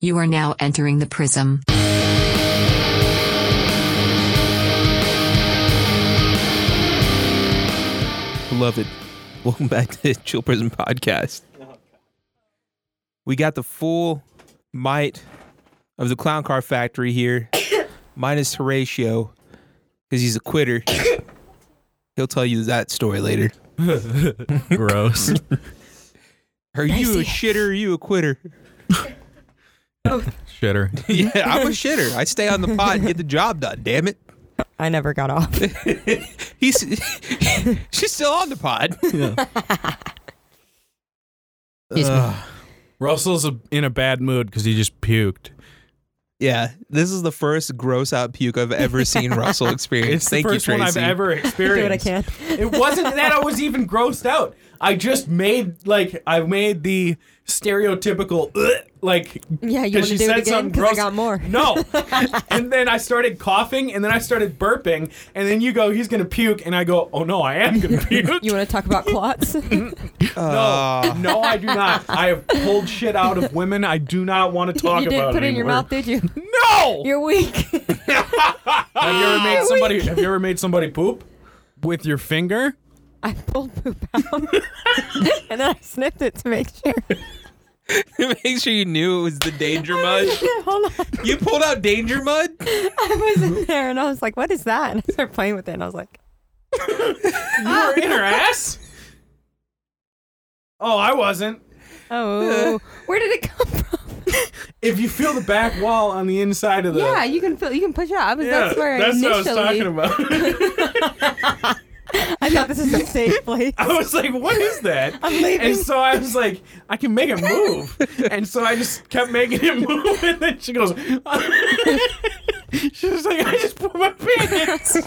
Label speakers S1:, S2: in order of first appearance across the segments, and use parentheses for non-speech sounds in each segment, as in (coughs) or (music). S1: You are now entering the prism.
S2: Beloved, welcome back to the Chill Prison Podcast. We got the full might of the Clown Car Factory here, (coughs) minus Horatio, because he's a quitter. He'll tell you that story later.
S3: Gross.
S2: Are you a
S1: Nice.
S2: shitter? Or are you a quitter? (laughs)
S3: Shitter.
S2: Yeah, I'm a shitter. I stay on the pot and get the job done. Damn it.
S4: I never got off.
S2: He's (laughs) she's still on the pod.
S1: Excuse me.
S2: Ugh.
S3: Russell's a, in a bad mood because he just puked.
S2: yeah, this is the first gross out puke I've ever seen
S3: (laughs)
S2: Russell experience.
S3: It's
S2: Thank
S3: the first
S2: you, Tracy.
S3: one I've ever
S4: (laughs) Do what I
S3: experienced.
S4: can.
S3: (laughs) It wasn't that I was even grossed out. I just made like I made the stereotypical "Ugh," like
S4: Yeah, you
S3: 'cause
S4: want
S3: she
S4: to do
S3: said
S4: it again?
S3: something
S4: Because I
S3: gross.
S4: got more. (laughs)
S3: No. and then I started coughing and then I started burping and then you go he's going to puke and I go oh no I am
S4: (laughs)
S3: going to puke.
S4: (laughs)
S2: (laughs)
S4: You want to talk
S3: (laughs)
S4: about clots?
S3: no.
S2: Ah.
S3: No, I do not. I have pulled shit out of women I do not want to talk
S4: (laughs) you
S3: about
S4: didn't put it in your
S3: anymore.
S4: mouth, did you?
S3: No.
S4: (laughs) You're weak.
S3: Have you ever
S4: (gasps)
S3: made somebody? Have you ever made somebody poop with your finger?
S4: I pulled poop out, (laughs) and then I sniffed it to make
S3: (laughs)
S4: sure. (laughs)
S2: (laughs) Make sure you knew it was the
S3: (laughs)
S2: danger mud.
S4: Hold on,
S2: You pulled out danger mud?
S4: I was in there, and I was like, "What is that?" And I started playing with it, and I was like,
S3: You were in her ass. Oh, I wasn't. (laughs)
S4: "Oh, where did it come from?"
S3: If you feel the back wall on the inside of the
S4: yeah, you can feel, you can push it out. I was, that's where
S3: that's
S4: initially,
S3: what I was talking about.
S4: (laughs)
S3: (laughs)
S4: I thought this is a
S3: (laughs)
S4: safe place.
S3: I was like, "What is that?"
S4: I'm leaving.
S3: And so I was like, "I can make it move," and so I just kept making it move, (laughs) and then she goes. She was like, I just put my pants.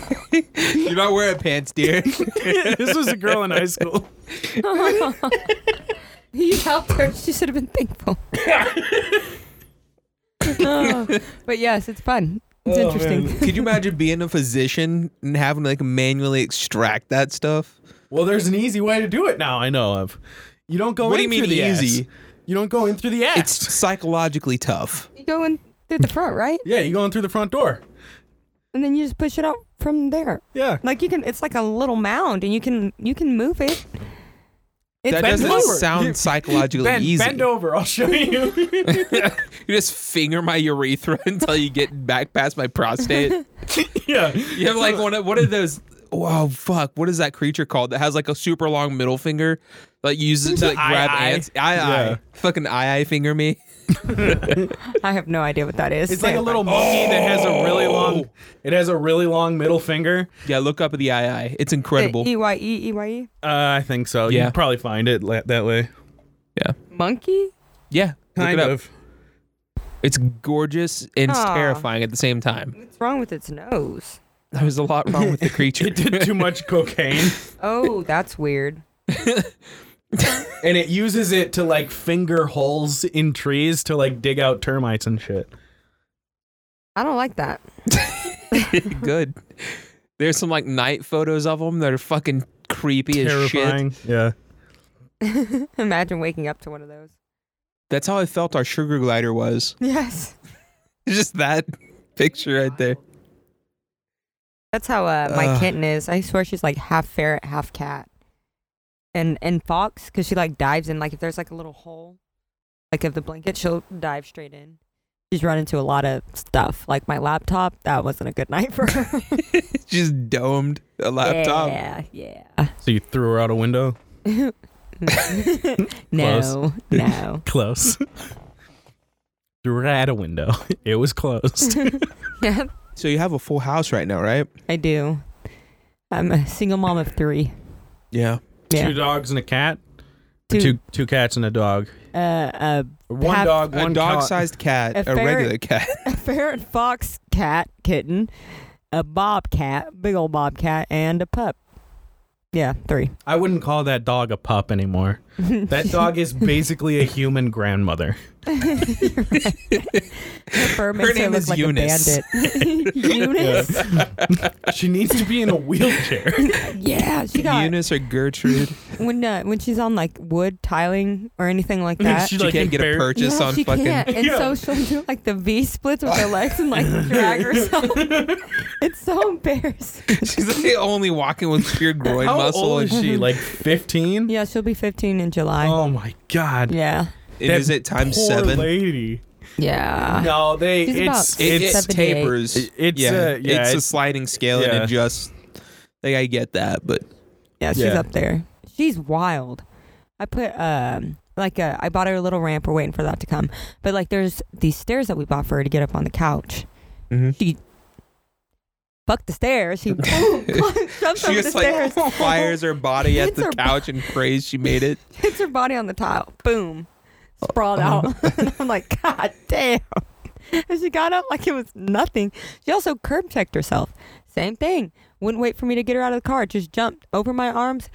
S2: You're not wearing pants,
S3: (laughs)
S2: dear.
S3: this was a girl in high school.
S4: (laughs) You helped her. She should have
S3: (laughs)
S4: been thankful. (laughs) Oh, but yes, it's fun. It's
S3: Oh,
S4: interesting.
S3: man.
S2: Could you imagine being a physician and having to like manually extract that stuff?
S3: Well, there's an easy way to do it now. I know of. You don't go.
S2: What do
S3: in
S2: you mean
S3: through the ass.
S2: easy?
S3: You don't go in through the ass.
S2: It's psychologically tough.
S4: You go in through the front, right?
S3: yeah, you go in through the front door.
S4: And then you just push it out from there.
S3: Yeah.
S4: Like you can, it's like a little mound, and you can you can move it. It's
S2: That
S3: bend
S2: doesn't
S3: over.
S2: sound
S3: You-
S2: psychologically
S3: Bend,
S2: easy.
S3: bend over. I'll
S2: (laughs)
S3: show you. (laughs)
S2: You just finger my urethra (laughs) until you get back past my prostate.
S3: yeah.
S2: You have
S3: (laughs)
S2: like one of what are those? Wow, fuck! What is that creature called that has like a super long middle finger? Like uses it to like,
S3: Eye,
S2: grab
S3: eye.
S2: ants. Eye,
S3: Yeah.
S2: eye, fucking eye, eye finger me.
S4: I have no idea what that is.
S3: It's like a
S2: Oh.
S3: little monkey that has a really long. It has a really long middle finger.
S2: Yeah, look up at the eye, eye. It's incredible.
S4: E y e e y e
S3: Uh, I think so.
S2: Yeah.
S3: You'd probably find it la- that way.
S2: yeah,
S4: monkey.
S2: yeah. Look
S3: Kind
S2: it up.
S3: of.
S2: It's gorgeous and it's
S4: Aw.
S2: terrifying at the same time.
S4: What's wrong with its nose?
S2: There was a lot wrong
S3: (laughs)
S2: with the creature.
S3: It
S2: (laughs)
S3: did too much cocaine,
S4: Oh, that's weird.
S3: and it uses it to like finger holes in trees to like dig out termites and shit.
S4: I don't like that. (laughs)
S2: Good. There's some like night photos of them that are fucking creepy as shit.
S3: Terrifying. Yeah.
S4: Imagine waking up to one of those.
S2: That's how I felt our sugar glider was. (laughs)
S4: Yes,
S2: Just that picture right there.
S4: that's how uh, my
S2: Ugh.
S4: kitten is. I swear she's like half ferret, half cat, and and fox because she like dives in. Like if there's like a little hole, like of the blanket, she'll dive straight in. She's run into a lot of stuff, like my laptop. That wasn't a good night for her.
S2: Just domed a (laughs) laptop.
S4: Yeah, yeah.
S3: So you threw her out a window.
S4: Mm. (laughs) no, no.
S3: Close. (laughs) Threw her out a window. (laughs) It was closed.
S4: yeah,
S2: So you have a full house right now, right?
S4: I do. I'm a single mom of three.
S2: Yeah.
S4: (laughs) Yeah.
S3: Two dogs and a cat.
S4: Two-
S3: two two cats and a dog.
S4: Uh, uh,
S3: One
S4: Half-
S3: dog,
S2: A
S3: one
S2: dog
S3: cat.
S2: sized cat,
S4: A
S2: a,
S4: ferret.
S2: regular cat.
S4: a ferret, fox, cat, kitten, a bobcat, big old bobcat, and a pup. Yeah,
S2: (laughs)
S4: three.
S3: I wouldn't call that dog a pup
S4: (laughs)
S3: anymore. That dog is basically a human grandmother.
S4: fur makes her,
S2: name
S4: look
S2: is
S4: like
S2: Eunice.
S4: a bandit. (laughs) Eunice?
S3: she needs to be in a (laughs) wheelchair.
S4: (laughs) Yeah. she got
S2: Eunice or Gertrude.
S4: when uh, when she's on like wood tiling or anything like that.
S2: She can't get a
S3: embar-
S2: purchase
S4: yeah,
S2: on
S4: she
S2: fucking.
S4: can't. And
S3: Yeah.
S4: so she'll do like the V splits with her legs and like drag herself. it's so embarrassing.
S2: (laughs) She's like only walking with pure groin
S3: How
S2: muscle.
S3: old
S2: and
S3: is she? Like 15?
S4: Yeah, she'll be 15 in July.
S3: Oh my god.
S4: Yeah.
S2: And
S3: That
S2: is it times
S3: Poor
S2: seven?
S3: lady.
S4: Yeah.
S3: No, they.
S4: She's
S3: it's
S4: about-
S2: It,
S3: it's
S2: it
S4: 78.
S2: tapers.
S3: It- it's,
S2: yeah,
S3: uh, yeah,
S2: it's, a
S3: it's-
S2: sliding scale, and
S3: yeah.
S2: it just. Like I get that, but
S4: Yeah, she's
S3: Yeah.
S4: up there. She's wild. I put um like a, I bought her a little ramp. We're waiting for that to come. But like, there's these stairs that we bought for her to get up on the couch.
S2: Mm-hmm.
S4: Fuck the
S2: (laughs)
S4: stairs. She (laughs) boom, jumps
S2: she
S4: over the
S2: just like
S4: stairs.
S2: (laughs)
S4: (laughs)
S2: fires her body at
S4: Hits
S2: the
S4: her
S2: couch and prays she made
S4: (laughs)
S2: it.
S4: hits her body on the Oh. tile. Oh, Boom, sprawled out. (laughs) And I'm like, God damn. (laughs) And she got up like it was nothing. She also curb checked herself. Same thing. Wouldn't wait for me to get her out of the car. Just jumped over my arms,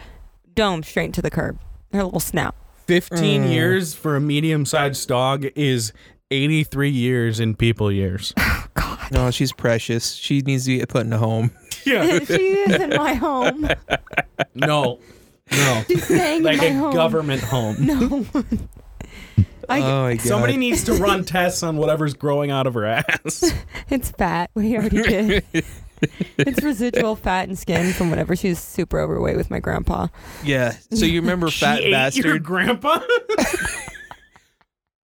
S4: dome straight into the curb. Her
S3: (laughs)
S4: little snout. (laughs)
S3: 15
S2: Mm.
S3: years for a medium sized dog is 83 years in people
S4: (laughs)
S3: years.
S4: God.
S2: No, she's precious. She needs to get put in a home.
S3: Yeah.
S4: she is in my home.
S3: no.
S2: (laughs)
S3: No.
S4: She's staying
S3: Like
S4: in my
S3: a
S4: home.
S3: government home.
S4: No. Like
S2: oh my god!
S3: Somebody needs to run tests on whatever's growing out of
S2: (laughs)
S3: her ass.
S4: it's fat.
S3: (laughs)
S4: We already did. it's residual fat and skin from whenever she was super overweight with my grandpa. (laughs)
S2: yeah. So you remember Fat
S3: (laughs) She ate Your
S2: Bastard?
S3: grandpa?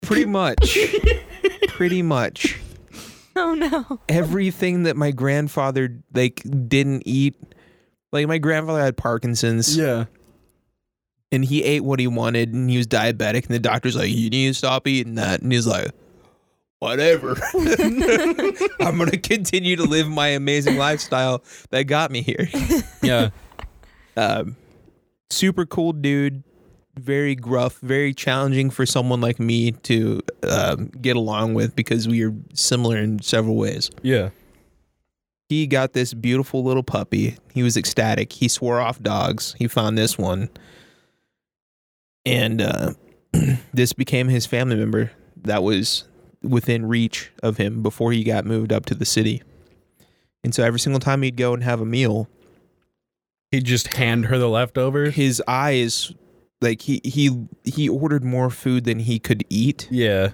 S2: Pretty much. Pretty much.
S4: Oh no.
S2: everything that my grandfather like didn't eat. Like my grandfather had Parkinson's
S3: (laughs) yeah.
S2: and he ate what he wanted and he was diabetic and the doctor's like, You need to stop eating that and he's like Whatever. (laughs) I'm gonna continue to live my amazing lifestyle that got me here.
S3: Yeah.
S2: Um, super cool dude, very gruff, very challenging for someone like me to um, get along with because we are similar in several ways.
S3: Yeah.
S2: he got this beautiful little puppy. He was ecstatic. He swore off dogs. He found this one. And uh, (clears throat) this became his family member that was within reach of him before he got moved up to the city. And so every single time he'd go and have a meal,
S3: He'd just hand her the leftovers.
S2: his eyes like he he he ordered more food than he could eat.
S3: Yeah.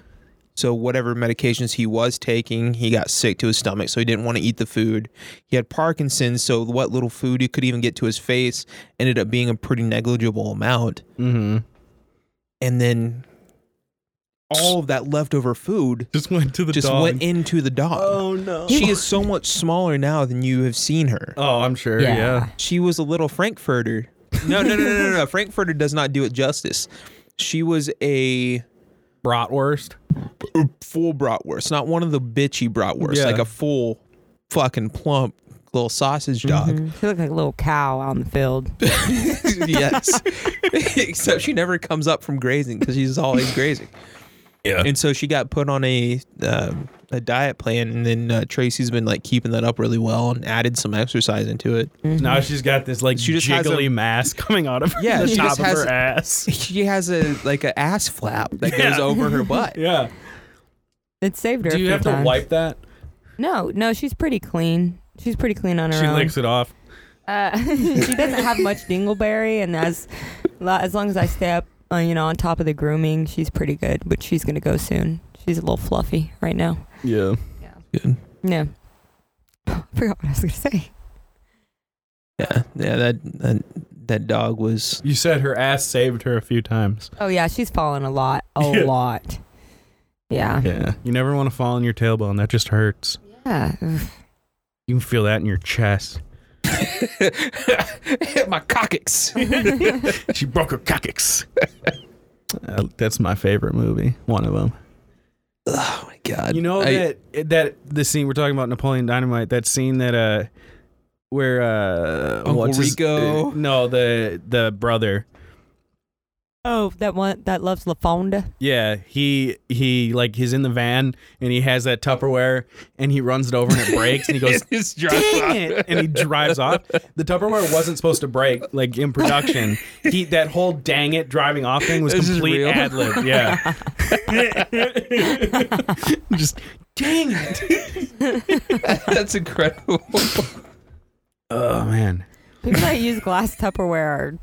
S2: So whatever medications he was taking, he got sick to his stomach, so he didn't want to eat the food. He had Parkinson's, so what little food he could even get to his face ended up being a pretty negligible amount.
S3: Mm-hmm.
S2: And then all of that leftover food
S3: Just went to the
S2: just
S3: dog.
S2: went into the dog. Oh,
S3: Oh, no.
S2: She is so much smaller now than you have seen her.
S3: (laughs) Oh, I'm sure. Yeah.
S2: She was a little Frankfurter. No, no, no, no, no, no. (laughs) Frankfurter does not do it justice. She was a
S3: Bratwurst.
S2: full bratwurst, not one of the bitchy bratwursts,
S3: Yeah.
S2: like a full fucking plump little sausage dog.
S4: She looked like a little cow out in the field.
S2: (laughs)
S3: Mm-hmm.
S2: yes. Except she never comes up from grazing because she's always grazing.
S3: Yeah.
S2: And so she got put on a um, a diet plan, and then uh, Tracy's been like keeping that up really well and added some exercise into it.
S3: Now she's got this like
S2: Mm-hmm. She just has
S3: jiggly
S2: a-
S3: mass (laughs) coming out of her,
S2: Yeah,
S3: the
S2: she
S3: top
S2: just
S3: of
S2: has
S3: her
S2: a- (laughs)
S3: ass.
S2: (laughs) She has a like a ass flap that goes
S3: Yeah.
S2: over her butt.
S3: Yeah.
S4: It saved her. a
S3: Do you
S4: few
S3: have to
S4: times.
S3: wipe that?
S4: No, no, she's pretty clean. She's pretty clean on her
S3: She
S4: own.
S3: licks it off.
S4: uh, (laughs) she doesn't have much dingleberry, and as lo- as long as I stay up, uh, you know, on top of the grooming, she's pretty good. But she's gonna go soon. She's a little fluffy right now.
S3: Yeah.
S2: (laughs) Good.
S4: Yeah. (laughs) I forgot what I was gonna say.
S2: Yeah, yeah. That that, that dog was
S3: You said her ass saved her a few times.
S4: Oh yeah, she's fallen a lot, a
S3: Yeah.
S4: lot. Yeah.
S3: (laughs) Yeah. You never want to fall on your tailbone. That just hurts.
S4: Yeah. Ugh.
S3: You can feel that in your chest.
S2: hit (laughs) my coccyx.
S3: she broke her coccyx. (laughs) Uh, that's my favorite movie. One of them.
S2: Oh my god!
S3: You know
S2: I-
S3: that that the scene we're talking about Napoleon Dynamite. That scene that uh, where uh,
S2: Uncle
S3: what's his-
S2: Rico.
S3: uh, no, the the brother.
S4: (laughs) Oh, that one that loves La Fonda.
S3: Yeah, he he like he's in the van and he has that Tupperware and he runs it over and it breaks and he goes
S2: It's dry.
S3: dang it and he drives off. The Tupperware wasn't supposed to break like in production. He that whole dang it driving off thing was
S2: This is
S3: complete
S2: real.
S3: ad lib. Yeah, just dang it.
S2: That's incredible.
S3: Oh man,
S4: People that use glass Tupperware are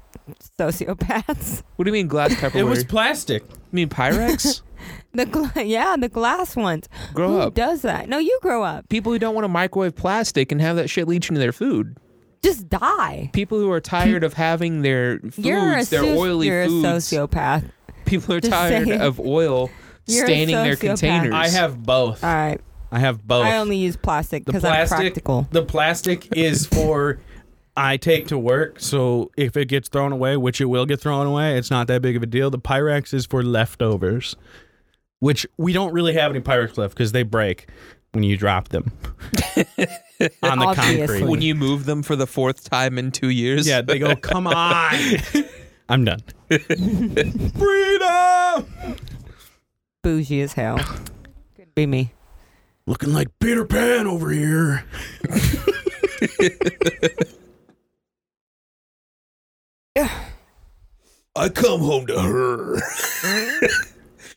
S4: sociopaths.
S2: What do you mean glass Tupperware?
S3: it was
S2: you
S3: plastic.
S2: mean Pyrex?
S4: The gla- (laughs) yeah, the glass ones.
S2: Grow
S4: Who
S2: up.
S4: does that? No, you grow up.
S2: People who don't want to microwave plastic and have that shit leach into their food.
S4: Just die.
S2: People who are tired of having their foods,
S4: you're a,
S2: their
S4: soci-
S2: oily
S4: you're
S2: foods.
S4: a sociopath.
S2: People are
S4: Just
S2: tired
S4: saying.
S2: of oil
S4: You're a
S2: staining their
S4: sociopath.
S2: containers.
S3: I have both.
S4: All right.
S3: I have both.
S4: I only use plastic
S3: the
S4: because I'm
S3: plastic
S4: practical.
S3: the plastic is for I take to work, so if it gets thrown away, which it will get thrown away, it's not that big of a deal. The Pyrex is for leftovers, which we don't really have any Pyrex left because they break when you drop
S4: (laughs)
S3: them on the
S4: Obviously.
S3: concrete.
S2: when you move them for the fourth time in two years.
S3: yeah,
S2: (laughs)
S3: they go, come on. I'm done. Freedom!
S4: Bougie as
S2: (sighs)
S4: hell. Could be (sighs) me.
S3: Looking like Peter Pan over here.
S2: I come home to her.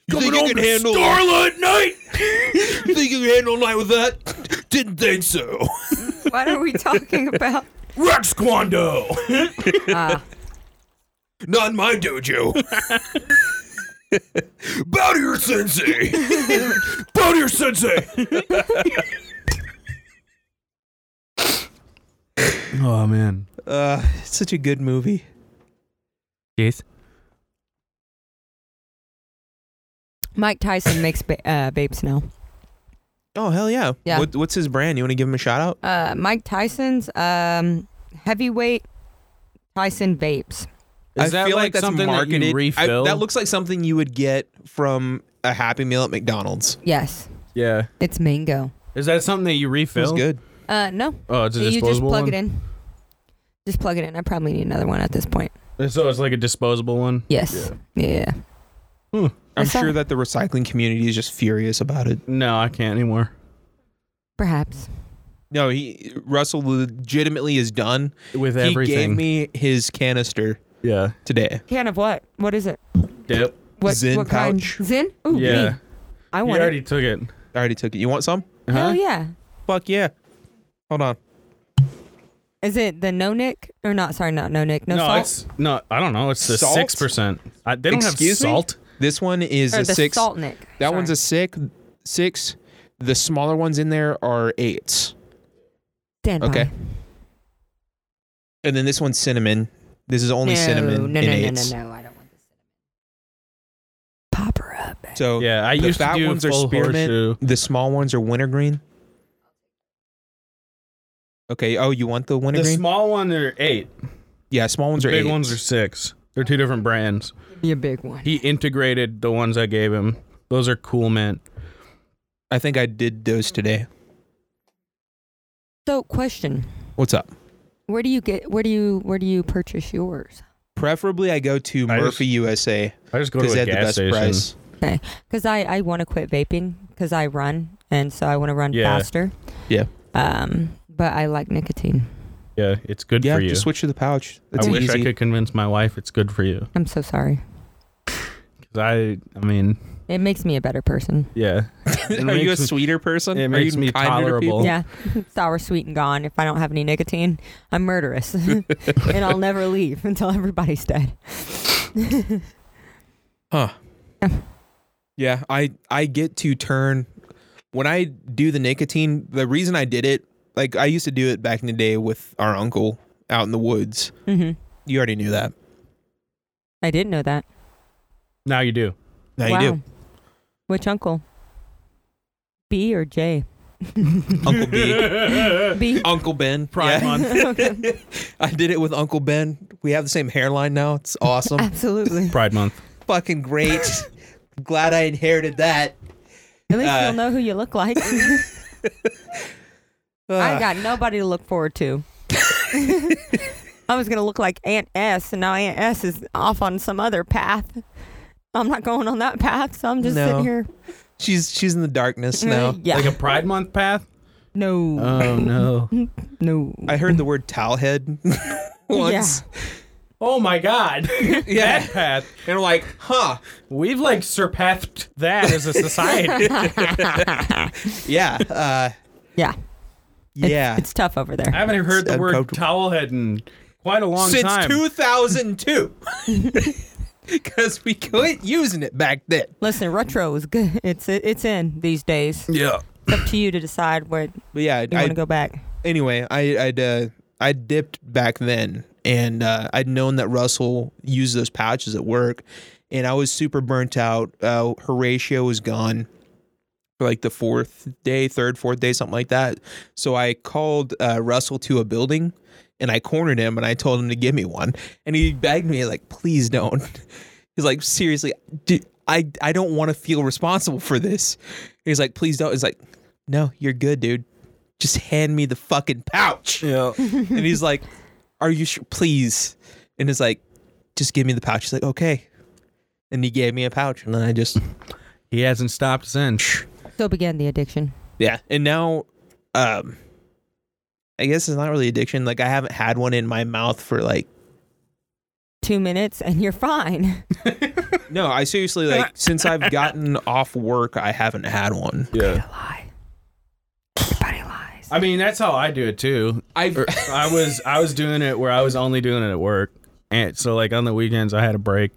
S2: you
S3: Coming home to
S2: Starlight Night? you think you can handle a night with that? Didn't think so.
S4: What are we talking about?
S2: (laughs) Rex
S4: (laughs)
S2: Quando.
S4: Ah,
S2: Not in my dojo. Bow to your sensei. Bow to your sensei.
S3: Oh, man.
S2: Uh, it's such a good movie.
S3: Yes.
S4: Mike Tyson makes ba- uh, babes now.
S2: Oh hell yeah!
S4: Yeah.
S2: What, what's his brand? You want to give him a shout out?
S4: Uh, Mike Tyson's um, heavyweight Tyson vapes.
S3: Is that like something that you refill?
S2: I, that looks like something you would get from a Happy Meal at McDonald's.
S4: Yes,
S3: Yeah.
S4: it's mango.
S3: Is that something that you refill?
S2: Feels good.
S4: Uh, no,
S3: Oh, it's a
S4: you
S3: disposable
S4: just plug
S3: one?
S4: it in. Just plug it in. I probably need another one at this point.
S3: So it's like a disposable one.
S4: Yes. Yeah.
S2: I'm
S4: I saw-
S2: sure that the recycling community is just furious about it.
S3: No, I can't anymore.
S4: Perhaps.
S2: No, he Russell legitimately is done.
S3: With
S2: He gave me his canister
S3: yeah.
S2: today.
S4: Can of what? What is it?
S3: Yep.
S4: What,
S2: Zyn
S4: what kind?
S2: pouch.
S4: Zin? Ooh,
S3: yeah.
S4: me. I
S3: You
S4: want
S3: already
S4: it.
S3: took it.
S2: I already took it. You want some?
S4: Hell yeah.
S2: Fuck yeah. Hold on.
S4: Is it the no nick or not? Sorry, not no nick. No, salt.
S3: it's no. I don't know. It's the
S2: Salt?
S3: six percent. They don't
S2: Excuse
S3: have
S2: me?
S3: salt.
S2: This one is
S4: or
S2: a
S4: the
S2: six.
S4: salt nick.
S2: That one's a six. Six. The smaller ones in there are eights.
S4: stand by.
S2: okay. And then this one's cinnamon. This is only
S4: no,
S2: cinnamon
S4: No,
S2: in
S4: no, no,
S2: eights.
S4: no, no, I don't want this. Pop her up.
S2: So
S3: Yeah, I
S2: the
S3: used to
S2: fat
S3: do
S2: ones are
S3: full
S2: spearmint.
S3: horseshoe.
S2: The small ones are wintergreen. Okay. Oh, you want the
S3: The
S2: wintergreen?
S3: small one are eight.
S2: yeah, small ones
S3: The
S2: are
S3: big
S2: eight.
S3: ones are six. They're two different brands.
S4: Be a big one.
S3: He integrated the ones I gave him. Those are cool mint.
S2: I think I did those today.
S4: So, question:
S2: What's up?
S4: Where do you get? Where do you? Where do you purchase yours?
S2: Preferably, I go to
S3: I
S2: Murphy
S3: just-
S2: USA
S3: I just go to
S2: because
S3: a
S2: they had the
S3: gas
S2: best
S3: station.
S2: price.
S4: Because I I want to quit vaping because I run and so I want to run
S3: Yeah.
S4: faster.
S2: Yeah.
S4: Um, but I like nicotine.
S3: Yeah, it's good
S2: Yeah,
S3: for you.
S2: just switch to the pouch. That's
S3: I wish
S2: easy.
S3: I could convince my wife it's good for you.
S4: I'm so sorry.
S3: 'Cause I, I mean,
S4: It makes me a better person.
S3: yeah.
S2: (laughs)
S3: It
S2: Are you a
S3: makes me-
S2: sweeter person?
S3: it
S2: Are
S3: makes
S2: you
S3: me
S2: kinder to people?
S3: tolerable.
S4: Yeah, (laughs) sour, sweet, and gone. If I don't have any nicotine, I'm murderous, (laughs) and I'll never leave until
S2: (laughs)
S4: everybody's dead.
S2: Yeah, I I get to turn when I do the nicotine. The reason I did it, like I used to do it back in the day with our uncle out in the woods.
S4: hmm
S2: You already knew that.
S4: I didn't know that.
S3: Now you do.
S2: Now
S4: wow.
S2: you do,
S4: Which uncle? B or J?
S2: (laughs) Uncle B, (laughs)
S4: B.
S2: Uncle Ben.
S3: Pride
S2: Yeah. (laughs)
S3: Month.
S4: (laughs) Okay.
S2: I did it with Uncle Ben. We have the same hairline now. It's
S4: (laughs)
S2: awesome.
S4: Absolutely.
S3: (laughs) Pride Month.
S2: Fucking great. Glad I inherited that.
S4: At least
S2: Uh,
S4: you'll know who you
S2: (laughs)
S4: look like. I got nobody to look forward to. I was gonna look like Aunt S, and now Aunt S is off on some other path. I'm not going on that path, so I'm just
S2: No.
S4: sitting here. Uh,
S2: She's she's in the darkness now.
S4: Mm, yeah.
S3: Like a Pride Month path?
S4: no.
S3: Oh no.
S4: no.
S2: I heard the word towelhead (laughs) once.
S3: (laughs) Oh my god.
S2: Yeah.
S3: that path.
S2: And I'm like, huh.
S3: We've like surpassed that as a society.
S2: Yeah. Uh,
S4: Yeah. It's-
S2: yeah.
S4: It's tough over
S3: I
S4: there.
S3: haven't heard the word
S2: uncomfortable.
S3: towelhead in quite a long
S2: Since (laughs)
S3: time.
S4: (laughs)
S2: 2002. Because we quit using it back then.
S4: Listen, retro is good. It's it's in these days.
S3: yeah.
S4: It's up to you to decide where you
S2: But yeah, I,
S4: want to go back.
S2: anyway, I I'd, uh, I dipped back then, and uh, I'd known that Russell used those pouches at work, and I was super burnt out. Uh, Horatio was gone for like the fourth day, third, fourth day, something like that. So I called uh, Russell to a building. And I cornered him and I told him to give me one. And he begged me, like, please don't. (laughs) He's like, seriously, dude, I, I don't want to feel responsible for this. He's like, please don't. He's like, no, you're good, dude just hand me the fucking pouch.
S3: Yeah.
S2: And he's like, Are you sure? Please. And it's like, Just give me the pouch. He's like, Okay. And he gave me a pouch. And then I just,
S3: He hasn't stopped since.
S4: So began the addiction.
S2: Yeah. And now, um, I guess it's not really addiction. Like, I haven't had one in my mouth for like,
S4: Two minutes and you're fine.
S2: no, I seriously, like, since I've gotten off work, I haven't had one.
S3: Yeah.
S4: lie. Everybody lies.
S3: I mean, that's how I do it too.
S2: I've,
S3: Or- I was I was doing it where I was only doing it at work. And so like on the weekends I had a break.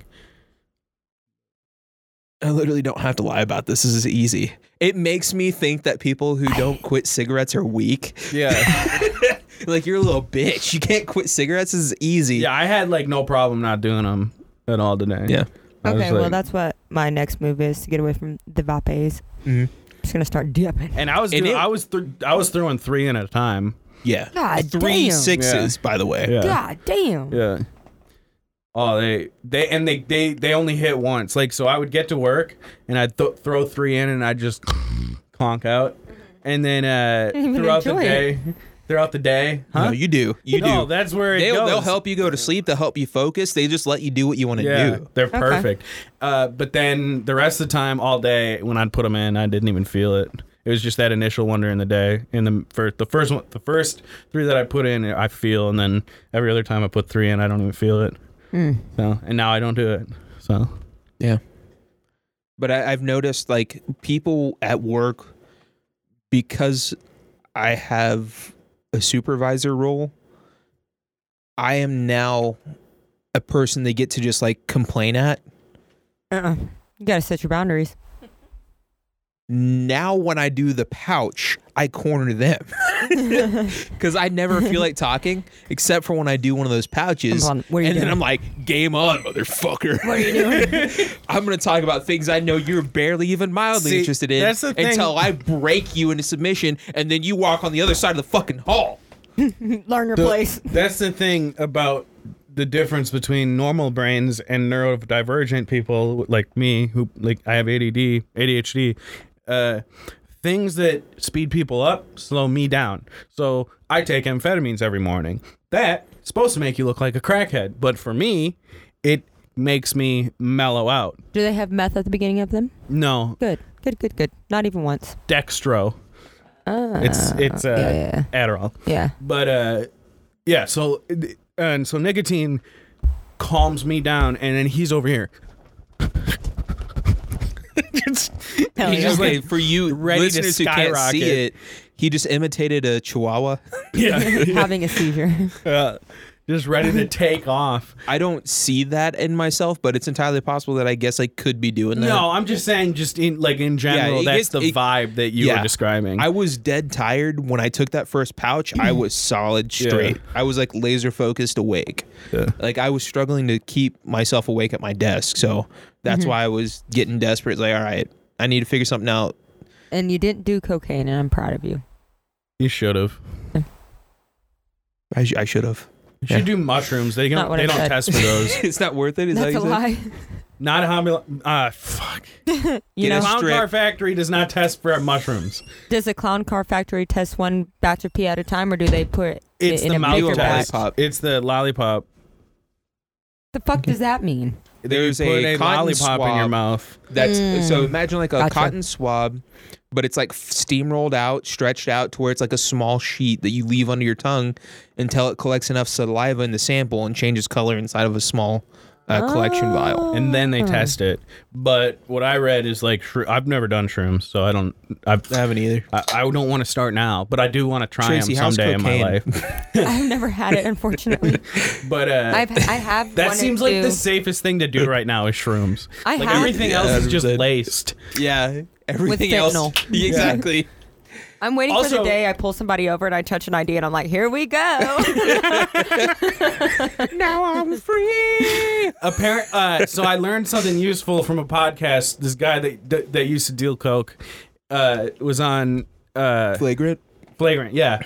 S2: I literally don't have to lie about this. This is easy. It makes me think that people who don't quit cigarettes are weak. (laughs)
S3: Yeah.
S2: like you're a little bitch. You can't quit cigarettes. This is easy.
S3: (laughs) yeah, I had like no problem not doing them at all today.
S2: Yeah.
S3: I was
S4: Okay, well
S3: like-
S4: that's what my next move is to get away from the vapes.
S2: Mhm.
S4: I'm just gonna start dipping.
S3: And I was
S2: And
S3: doing,
S2: it-
S3: I was th- I was throwing three in at a time.
S2: yeah.
S4: God
S2: Three
S4: damn.
S2: sixes, by the way.
S4: God damn.
S3: Yeah. Oh, they they and they they they only hit once. Like so, I would get to work and I'd th- throw three in and I'd just (coughs) conk out, and then uh,
S4: Didn't Mm-hmm. (laughs) even
S3: throughout the
S4: enjoy
S3: day, throughout the day, huh?
S2: No, you do. You
S3: No,
S2: do.
S3: that's where it
S2: They'll,
S3: goes.
S2: they'll help you go to sleep. They'll help you focus. They just let you do what you want to
S3: Yeah,
S2: do.
S3: they're perfect. Uh, but then the rest of the time, all day, when I'd put them in, I didn't even feel it. It was just that initial one during the day. And the first, the first one, the first three that I put in, I feel, and then every other time I put three in, I don't even feel it. So, and now I don't do it. So,
S2: Yeah. But I, I've noticed like people at work because I have a supervisor role, I am now a person they get to just like complain at.
S4: Uh-uh. You gotta set your boundaries.
S2: now when I do the pouch, I corner them (laughs) because I never feel like talking except for when I do one of those pouches.
S4: Come on, what are you
S2: and then
S4: doing?
S2: I'm like, game on, motherfucker. What are you doing? (laughs) I'm going to talk about things I know you're barely even mildly
S3: See,
S2: interested in
S3: that's the thing.
S2: until I break you into submission and then you walk on the other side of the fucking hall.
S4: Learn your place.
S3: (laughs) that's the thing about the difference between normal brains and neurodivergent people like me, who like I have ADD, ADHD. Uh, things that speed people up slow me down. So I take amphetamines every morning. That's supposed to make you look like a crackhead, but for me, it makes me mellow out.
S4: Do they have meth at the beginning of them?
S3: No,
S4: Good. Good, good, good. Not even once.
S3: dextro.
S4: Uh,
S3: It's it's uh,
S4: yeah.
S3: Adderall.
S4: yeah.
S3: But uh yeah, so and so nicotine calms me down and then he's over here. (laughs) It's-
S4: Hell
S2: He's
S4: yeah.
S2: just like, for you
S3: Ready to
S2: listeners who can't see
S3: skyrocket.
S2: it, he just imitated a chihuahua.
S3: yeah.
S4: (laughs)
S2: (laughs)
S4: Having a seizure.
S3: Uh, just ready to take off.
S2: I don't see that in myself, but it's entirely possible that I guess I could be doing that.
S3: No, I'm just saying just in like in general
S2: it gets-
S3: that's the
S2: it-
S3: vibe that you
S2: yeah.
S3: were describing.
S2: I was dead tired when I took that first pouch. I was solid
S3: Yeah.
S2: straight. I was like laser focused awake.
S3: Yeah.
S2: Like I was struggling to keep myself awake at my desk. So that's
S4: Mm-hmm.
S2: why I was getting desperate. It's Like, all right, I need to figure something out.
S4: and you didn't do cocaine, and I'm proud of you.
S3: you should have.
S2: I, sh- I should have.
S3: You should do mushrooms. They
S4: Not
S3: don't
S4: what
S3: they
S4: I
S3: don't
S4: said. (laughs)
S3: test for those.
S2: (laughs) it's not worth it. Is
S4: That's
S2: that
S4: a
S2: what you said?
S4: lie.
S3: Not a Hobby. Lo- Uh, fuck.
S4: (laughs) You
S2: Get
S4: know,
S2: us-
S3: Clown
S2: Strip.
S3: Car Factory does not test for mushrooms.
S4: does the clown car factory test one batch of pee at a time, or do they put
S3: It's
S4: it in
S3: the
S4: a
S3: mouth
S4: bigger batch?
S2: test.
S4: What
S2: lollipop.
S3: It's the lollipop.
S4: the fuck does
S2: (laughs)
S4: that mean?
S3: They
S2: There's
S3: put
S2: a
S3: a,
S2: cotton
S3: lollipop in your
S2: swab.
S3: mouth.
S2: That's uh, so.
S4: Mm.
S2: Imagine like a
S4: Gotcha.
S2: cotton swab, but it's like f- steamrolled out, stretched out to where it's like a small sheet that you leave under your tongue until it collects enough saliva in the sample and changes color inside of a small uh, collection
S4: Oh.
S2: vial.
S3: and then
S4: Hmm.
S3: they test it. But what I read is like shro- I've never done shrooms, so I don't. I've, I
S2: haven't either.
S3: I, don't want to start now, but I do want to try
S2: Tracy,
S3: them
S2: how's
S3: someday in my
S2: cocaine?
S3: life.
S4: I've never had
S2: (laughs)
S4: it, unfortunately.
S3: (laughs) But uh,
S4: I've I have.
S3: that
S4: one or
S3: seems like
S4: two.
S3: the safest thing to do right now is shrooms.
S4: I
S3: like
S4: have.
S3: everything
S2: Yeah,
S3: else Uh, is just
S2: 100%.
S3: laced.
S2: Yeah, everything else.
S4: fentanyl.
S2: Yeah, (laughs) exactly.
S4: I'm waiting for
S3: Also-
S4: the day I pull somebody over and I touch an ID and I'm like, here we go.
S2: now I'm free.
S3: Apparent. Uh, so I learned something useful from a podcast. This guy that that, that used to deal coke uh, was on uh,
S2: Flagrant.
S3: Flagrant, yeah.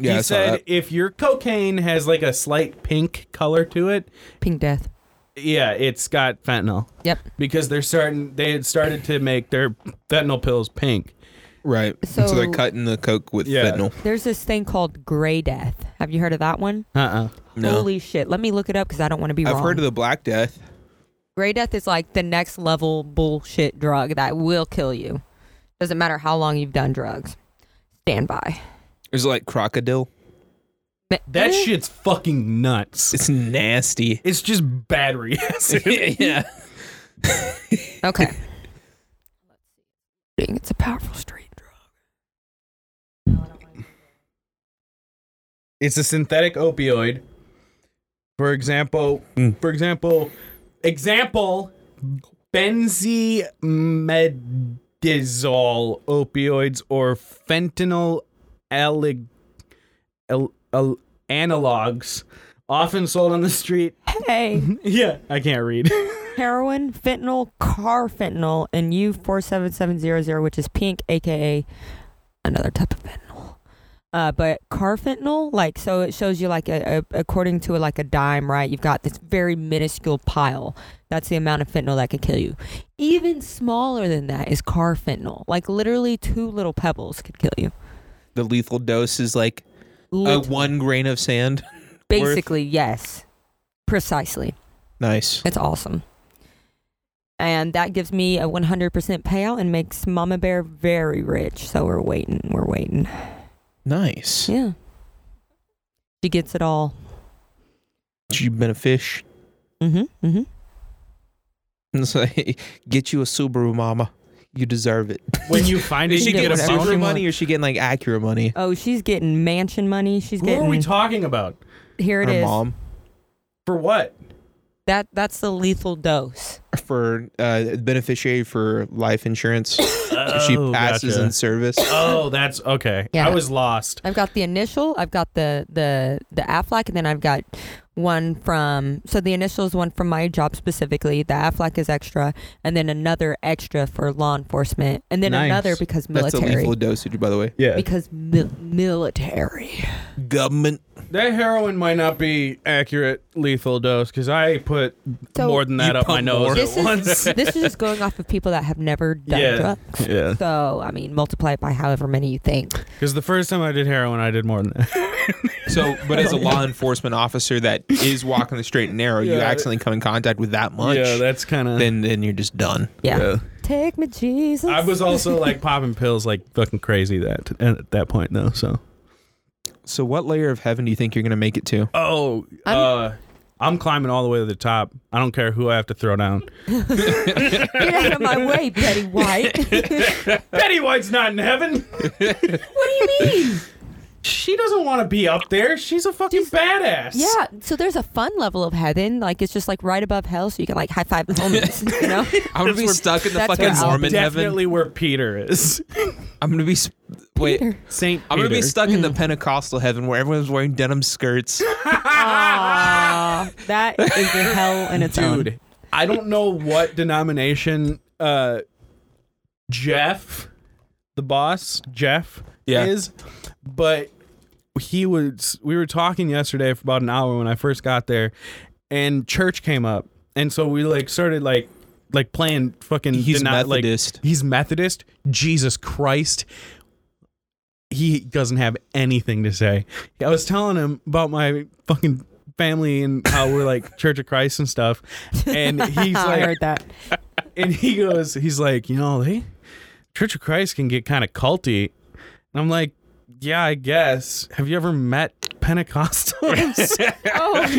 S2: Yeah, I
S3: he
S2: saw
S3: said
S2: that.
S3: if your cocaine has like a slight pink color to it,
S4: (laughs) Pink death.
S3: yeah, it's got fentanyl
S4: Yep.
S3: because they're starting. They had started to make their fentanyl pills pink.
S2: Right. So,
S4: So-
S2: they're cutting the coke with
S3: Yeah.
S2: fentanyl.
S4: There's this thing called gray death. Have you heard of that one?
S3: Uh uh
S2: No.
S4: Holy shit. Let me look it up because I don't want to be
S2: I've
S4: wrong.
S2: heard of the Black Death.
S4: Gray death is like the next level bullshit drug that will kill you. Doesn't matter how long you've done drugs. Stand by.
S2: It's like crocodile.
S4: Ma-
S3: That
S4: Eh?
S3: shit's fucking nuts.
S2: It's nasty. (laughs)
S3: It's just (laughs) battery acid.
S2: yeah.
S4: (laughs) Okay. Dang, it's a powerful street drug.
S3: it's a synthetic opioid. For example,
S2: Mm.
S3: for example, example, benzimedazole opioids or fentanyl allig- al- al- analogs, often sold on the street. (laughs)
S4: (laughs) Hey,
S3: yeah, I can't read.
S4: heroin, fentanyl, carfentanyl, and U47700, which is pink, aka another type of fentanyl. Uh, but carfentanyl, like, so it shows you, like, a, a, according to like a dime, right? You've got this very minuscule pile. That's the amount of fentanyl that could kill you. Even smaller than that is carfentanyl. Like, literally, two little pebbles could kill you.
S2: The lethal dose is like uh,
S4: Lit-
S2: one grain of sand.
S4: basically, yes. Precisely.
S2: Nice.
S4: It's awesome. And that gives me a 100% payout and makes Mama Bear very rich. So we're waiting. We're waiting.
S2: Nice.
S4: Yeah. She gets it all.
S2: You've been a fish. (laughs)
S4: Mm hmm. Mm hmm.
S2: It's like, get you a Subaru, mama. You deserve it.
S3: when you find
S2: Did
S3: it,
S2: she
S3: you
S4: get
S2: get a
S4: whatever she
S2: Subaru money
S4: wants.
S2: or is she getting like Acura money?
S4: Oh, she's getting mansion money. She's
S3: What
S4: getting.
S3: are we talking about?
S4: here it
S2: Her
S4: is.
S2: mom
S3: For what?
S4: That That's the lethal dose.
S2: for uh, beneficiary for life
S4: (coughs)
S2: insurance. if she passes
S3: gotcha.
S2: in service.
S3: Oh, that's okay.
S4: Oh, Yeah.
S3: I was lost.
S4: I've got the initial. I've got the the the Aflac, and then I've got one from. So the initial is one from my job specifically. The Aflac is extra, and then another extra for law enforcement, and then
S3: Nice.
S4: another because
S2: That's a
S4: military.
S2: lethal dosage, by the way.
S3: Yeah.
S4: because mi- military.
S2: Government.
S3: That heroin might not be accurate lethal dose because I put
S4: So-
S3: more than that
S2: You
S3: up my
S2: pump
S3: nose
S2: more.
S4: This
S3: at
S4: is
S3: once.
S4: (laughs) this is just going off of people that have never done
S3: Yeah.
S4: drugs.
S3: yeah.
S4: So I mean, multiply it by however many you think.
S3: Because the first time I did heroin, I did more than that.
S2: So, but as a law enforcement officer that is walking the straight and narrow, you
S3: Yeah.
S2: accidentally come in contact with that much,
S3: Yeah, that's kind of.
S2: then then you're just done.
S4: Yeah. Take me, Jesus.
S3: I was also like popping pills like fucking crazy that at that point though. So.
S2: So, what layer of heaven do you think you're going to make it to?
S3: Oh. I'm, uh, I'm climbing all the way to the top. I don't care who I have to throw down.
S4: Get
S3: (laughs)
S4: out of my way, Betty White.
S3: Betty White's not in heaven.
S4: (laughs) what do you mean?
S3: She doesn't want to be up there. She's a fucking badass.
S4: Yeah. So there's a fun level of heaven. Like it's just like right above hell, so you can like high five
S3: (laughs)
S4: homies. You know.
S2: I'm going to be stuck in the
S4: that's
S2: fucking
S4: where I'll
S2: Mormon heaven.
S3: Definitely where Peter is.
S2: I'm going to be s- wait.
S4: Peter.
S3: Saint.
S2: I'm going to be
S3: Peter.
S2: stuck in the Pentecostal heaven where everyone's wearing denim skirts.
S4: Aw, that is a hell in its own.
S3: dude i don't know what denomination uh jeff the boss jeff
S2: Yeah.
S3: is but he was we were talking yesterday for about an hour when i first got there and church came up and so we like started like like playing fucking.
S2: He's
S3: deny- like,
S2: Methodist.
S3: he's Methodist. Jesus Christ. He doesn't have anything to say. I was telling him about my fucking family and how we're like
S4: (laughs)
S3: Church of Christ and stuff, and he's
S4: Ah, I
S3: like,
S4: heard
S3: (laughs)
S4: that.
S3: and he goes, he's like, you know, they Church of Christ can get kind of culty. And I'm like, yeah, I guess. Have you ever met
S4: (laughs)
S3: Pentecostals?
S4: Oh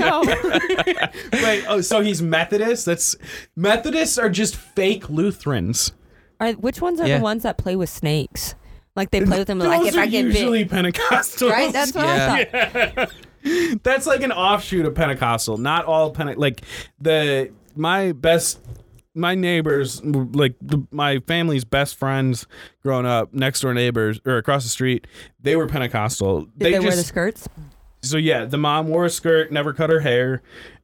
S4: no.
S3: Wait, oh, so he's Methodist? That's Methodists are just fake Lutherans.
S4: (laughs) Are, which ones are
S2: Yeah.
S4: the ones that play with snakes? Like they play with them. Like
S3: Those
S4: if
S3: are
S4: I get
S3: usually
S4: bit,
S3: Pentecostals.
S4: right? That's what
S2: Yeah.
S4: I thought.
S3: That's like an offshoot of Pentecostal. Not all Pente- like the my best my neighbors like the, my family's best friends growing up next door neighbors or across the street they were Pentecostal.
S4: Did they, wear the
S3: just-
S4: skirts?
S3: so yeah, the mom wore a skirt, never cut her hair,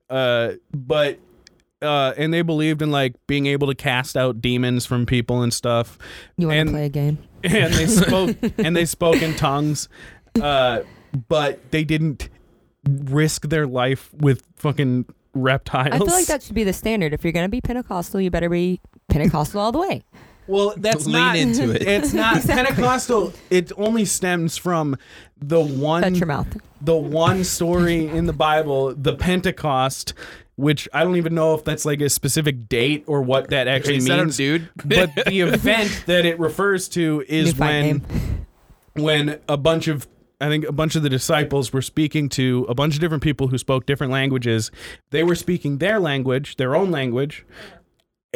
S3: uh, but uh, and they believed in like being able to cast out demons from people and stuff.
S4: You want
S3: and,
S4: to play a game?
S3: (laughs) and they spoke and they spoke in tongues uh, but they didn't risk their life with fucking reptiles
S4: I feel like that should be the standard. If you're gonna be Pentecostal, you better be Pentecostal all the way.
S3: (laughs) well that's
S2: Lean
S3: not
S2: into it.
S3: (laughs) it's not pentecostal it only stems from the
S4: Shut
S3: one
S4: your mouth.
S3: the one story in the bible the pentecost which i don't even know if that's like a specific date or what that actually
S2: Is that a
S3: means
S2: dude?
S3: but the event that it refers to
S4: (laughs)
S3: is
S4: New fight
S3: when
S4: name.
S3: when a bunch of I think a bunch of the disciples were speaking to a bunch of different people who spoke different languages. They were speaking their language, their own language,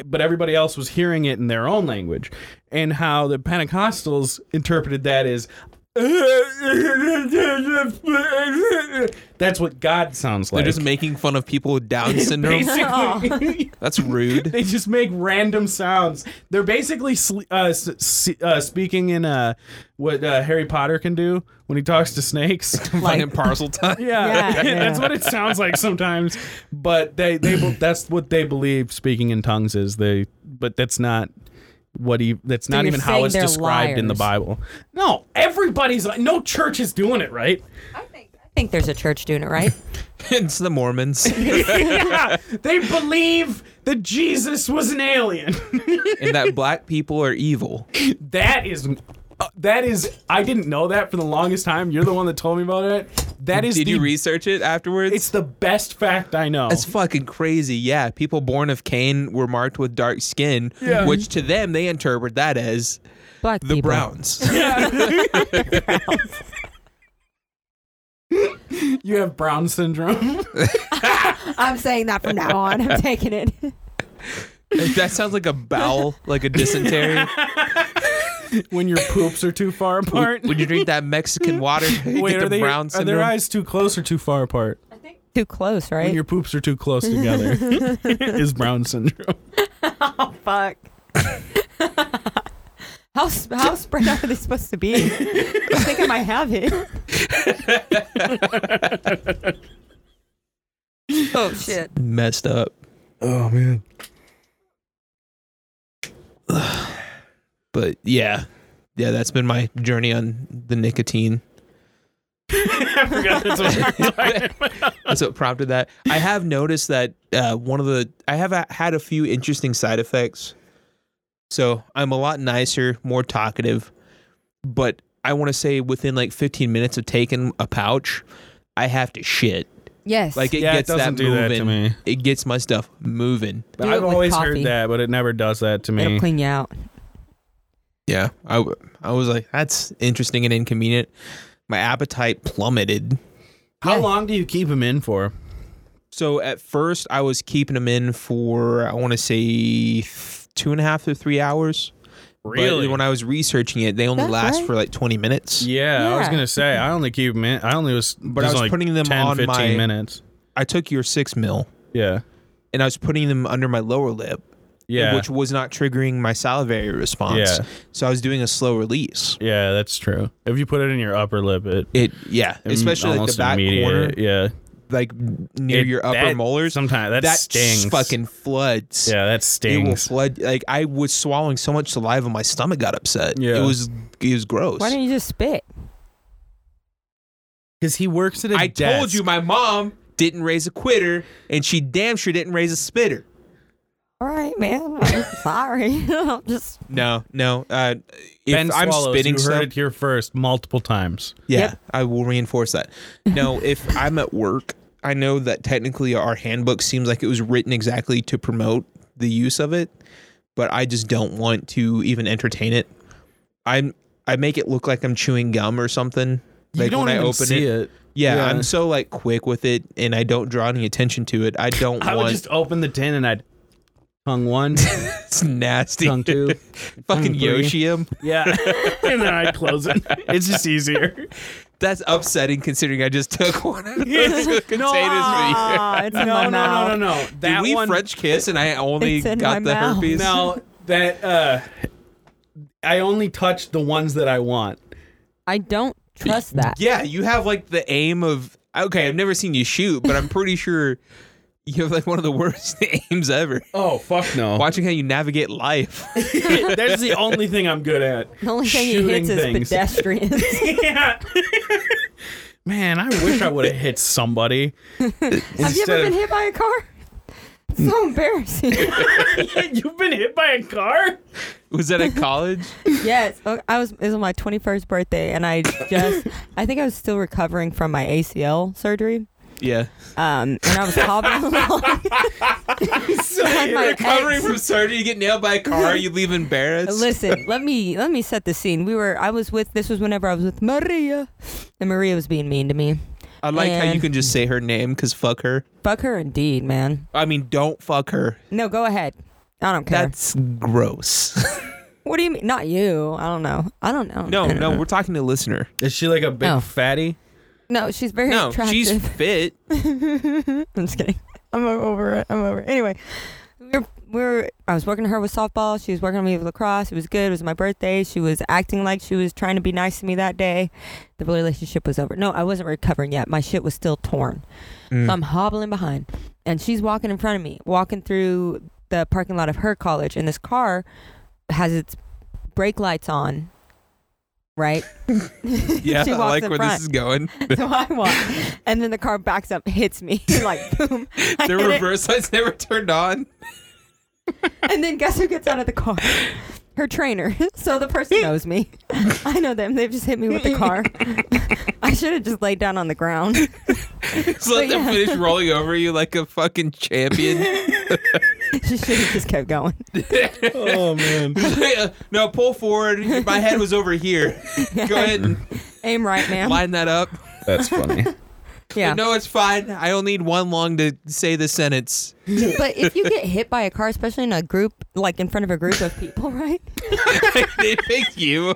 S3: but everybody else was hearing it in their own language. And how the Pentecostals interpreted that is (laughs) that's what God sounds
S2: They're
S3: like. (laughs)
S2: just making fun of people with Down (laughs) syndrome.
S3: Basically.
S2: That's rude.
S3: (laughs) they just make random sounds. They're basically sle uh, s- s- uh, speaking in uh, what uh, Harry Potter can do when he talks to snakes. (laughs)
S4: Like-
S2: Fucking parcel time.
S3: Yeah,
S4: Yeah, yeah.
S3: that's what it sounds like sometimes. But they they
S4: (laughs)
S3: be- that's what they believe speaking in tongues is. They but that's not what he that's not
S4: you're
S3: even how
S4: saying
S3: it's
S4: they're
S3: described in the
S4: liars.
S3: Bible. No, everybody's like no church is doing it
S4: (laughs)
S3: right. (laughs)
S4: I think there's a church doing it right.
S2: it's the Mormons.
S3: yeah, they believe that Jesus was an alien.
S2: and that black people are evil.
S3: (laughs) That is. uh, That is, I didn't know that for the longest time. You're the one that told me about it. That is
S2: Did
S3: the,
S2: you research it afterwards?
S3: It's the best fact I know.
S2: That's fucking crazy. Yeah, people born of Cain were marked with dark skin,
S3: Yeah.
S2: which to them they interpret that as
S4: Black
S2: the
S4: people.
S3: (laughs)
S2: Browns.
S3: you have Brown syndrome. (laughs)
S4: I'm saying that from now on. I'm taking it. (laughs)
S2: that sounds like a bowel, like a dysentery.
S3: when your poops are
S2: (laughs)
S3: too far apart.
S2: when you drink that Mexican water, you
S3: Wait,
S2: get the
S3: are, they,
S2: Brown
S3: are
S2: syndrome.
S3: their eyes too close or too far apart?
S4: Too close,
S3: When
S4: right?
S3: your poops are too close
S4: (laughs)
S3: together is Brown syndrome.
S4: Oh
S3: (laughs)
S4: fuck. how s- how spread out are they supposed
S3: (laughs)
S4: to be? I think I might have it. oh shit.
S2: Messed up.
S3: Oh man.
S2: But yeah, yeah, that's been my journey on the
S3: (laughs)
S2: nicotine.
S3: (laughs) I forgot that's
S4: (laughs)
S3: what we're talking
S2: That's what prompted that. I have noticed that uh, one of the I have uh, had a few interesting side effects. So I'm a lot nicer, more talkative, but I want to say within like 15 minutes of taking a pouch, I have to shit.
S4: Yes.
S2: Like it
S3: Yeah, it
S2: gets that
S3: doesn't do that
S2: moving.
S3: to me.
S2: It gets my stuff moving.
S3: about.
S4: Do it
S3: I've
S4: with
S3: always
S4: coffee.
S3: heard that, but it never does that to
S4: It'll
S3: me.
S4: clean you out.
S2: Yeah, I w- I was like, that's interesting and inconvenient. My appetite plummeted.
S3: How
S4: Yeah.
S3: long do you keep them in for?
S2: So at first, I was keeping them in for I want to say th- two and a half to three hours. But when I was researching it, they only
S4: That's
S2: last
S4: right.
S2: for like twenty minutes.
S3: Yeah, I was
S4: Yeah.
S3: gonna say I only keep them. In, I only was, but
S2: I was putting them
S3: 10,
S2: on
S3: 15
S2: my-
S3: minutes.
S2: I took your six mil
S3: Yeah,
S2: and I was putting them under my lower lip,
S3: yeah,
S2: which was not triggering my salivary response.
S3: Yeah.
S2: So I was doing a slow release.
S3: yeah. That's true. If you put it in your upper lip, it
S2: It yeah, especially like the
S3: Mm, almost
S2: back
S3: immediate,
S2: corner,
S3: Yeah,
S2: like near
S3: It-
S2: your upper
S3: that-
S2: molars.
S3: Sometimes that,
S2: that
S3: stings.
S2: fucking floods.
S3: yeah, that
S2: It will
S3: stings.
S2: flood. Like I was swallowing so much saliva, my stomach got upset.
S3: Yeah.
S2: it was it was gross.
S4: Why don't you just spit?
S3: Because he works at a
S2: I
S3: desk.
S2: told you my mom didn't raise a quitter, and she damn sure didn't raise a spitter.
S4: All right, man.
S3: (laughs)
S4: I'm sorry. (laughs) I'm just
S2: No, no. Uh, if
S3: ben
S2: I'm
S3: Swallows,
S2: spitting
S3: you heard
S2: stuff,
S3: it here first multiple times.
S2: yeah,
S4: Yep.
S2: I will reinforce that. No, (laughs) if I'm at work, I know that technically our handbook seems like it was written exactly to promote the use of it, but I just don't want to even entertain it. I'm I make it look like I'm chewing gum or something. Like
S3: you don't
S2: when
S3: even
S2: I open
S3: see
S2: it.
S3: it.
S2: Yeah,
S3: Yeah.
S2: I'm so like quick with it, and I don't draw any attention to it. I don't
S3: I would
S2: want
S3: just open the tin and I'd tongue
S2: (laughs)
S3: one,
S2: it's nasty.
S3: tongue two.
S2: Fucking
S3: tongue three.
S2: Yoshi him.
S3: Yeah. (laughs) and then I'd close it. (laughs) It's just easier.
S2: That's upsetting considering I just took (laughs) one of those containers for you.
S4: ah, it's in my
S3: Oh, No, no,
S4: mouth.
S3: no, no, no. That
S2: Did we
S3: one
S2: French kiss and I only
S4: It's in
S2: got
S4: my
S2: the
S4: mouth.
S2: herpes?
S3: No, that uh I only touch the ones that I want.
S4: I don't trust that.
S2: Yeah, you have like the aim of okay. I've never seen you shoot, but I'm pretty sure you have like one of the (laughs) worst aims ever.
S3: Oh fuck no.
S2: Watching how you navigate life.
S3: (laughs)
S2: (laughs)
S3: That's the only thing I'm good at.
S4: The only thing he
S3: Shooting
S4: hits
S3: things.
S4: is pedestrians.
S3: (laughs) Yeah. Man, I wish I would have hit somebody.
S4: (laughs) Have you
S3: Instead
S4: ever
S3: of-
S4: been hit by a car? It's so embarrassing.
S3: (laughs) You've been hit by a car?
S2: Was that at college?
S4: yes, oh, I was. It was my twenty-first birthday, and I
S3: (laughs)
S4: just. I think I was still recovering from my ACL surgery.
S2: Yeah.
S4: Um, and I was hobbling along.
S3: (laughs)
S4: (laughs)
S2: So
S4: Like my
S2: recovering
S4: ex.
S2: from surgery, you get nailed by a car, you leave embarrassed.
S4: (laughs) Listen, let me let me set the scene. We were. I was with. This was whenever I was with Maria, and Maria was being mean to me.
S2: I like how you
S4: And-
S2: can just say her name because fuck her.
S4: Fuck her, indeed, man.
S2: I mean, don't fuck her.
S4: No, go ahead. I don't care.
S2: That's gross.
S4: what do you mean? Not you. I don't know. I don't know.
S2: no,
S4: I don't
S2: no,
S4: know.
S2: we're talking to listener.
S3: Is she like a big
S4: Oh.
S3: fatty?
S4: No, she's very
S2: No,
S4: attractive.
S2: she's fit.
S4: I'm just kidding. I'm o- over it. I'm over it. Anyway, we we're, we we're, I was working her with softball. She was working on me with lacrosse. It was good. It was my birthday. She was acting like she was trying to be nice to me that day. The relationship was over. No, I wasn't recovering yet. My shit was still torn. So I'm hobbling behind. And she's walking in front of me, walking through the parking lot of her college. And this car has its brake lights on, right?
S2: Yeah,
S4: (laughs) She
S2: I
S4: walks
S2: like
S4: in
S2: where
S4: front.
S2: this is
S4: (laughs)
S2: going.
S4: so I walk. And then the car backs up, hits me. (laughs) like, boom. I
S2: The
S4: hit it.
S2: reverse lights never turned on. (laughs)
S4: And then guess who gets out of the car? Her trainer. (laughs) So the person knows (laughs) me. I know them. They've just hit me with the (laughs) car. I should have just laid down on the ground. (laughs)
S2: Just let
S4: But
S2: them
S4: yeah.
S2: finish rolling over you like a fucking
S4: (laughs)
S2: champion. (laughs)
S4: She should have just kept going.
S3: Oh
S4: (laughs)
S3: man.
S2: no, pull forward. My head was over
S4: (laughs)
S2: here. Go ahead and
S4: Aim right, ma'am.
S2: line that up.
S3: That's funny.
S4: yeah.
S2: No, it's fine. I only need one lung to say the sentence. (laughs)
S4: But if you get hit by a car, especially in a group, like in front of a group of people, (laughs) right?
S2: they picked you.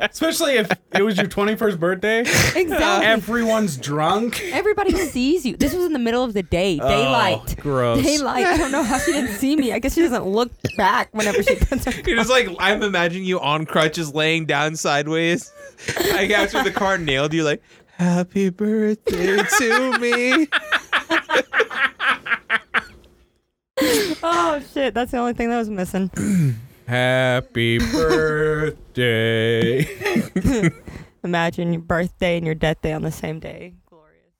S3: Especially if it was your 21st birthday.
S4: Exactly.
S3: Everyone's drunk.
S4: Everybody sees you. This was in the middle of the day, daylight.
S3: gross.
S4: Daylight. I don't know how she didn't see me. I guess she doesn't look back whenever she puts (laughs) her.
S2: It was like I'm imagining you on crutches, laying down sideways. (laughs) Like after the car nailed you, like "Happy birthday to me."
S4: Oh shit! That's the only thing that was missing.
S3: (laughs) Happy birthday.
S4: Imagine your birthday and your death day on the same day. Glorious.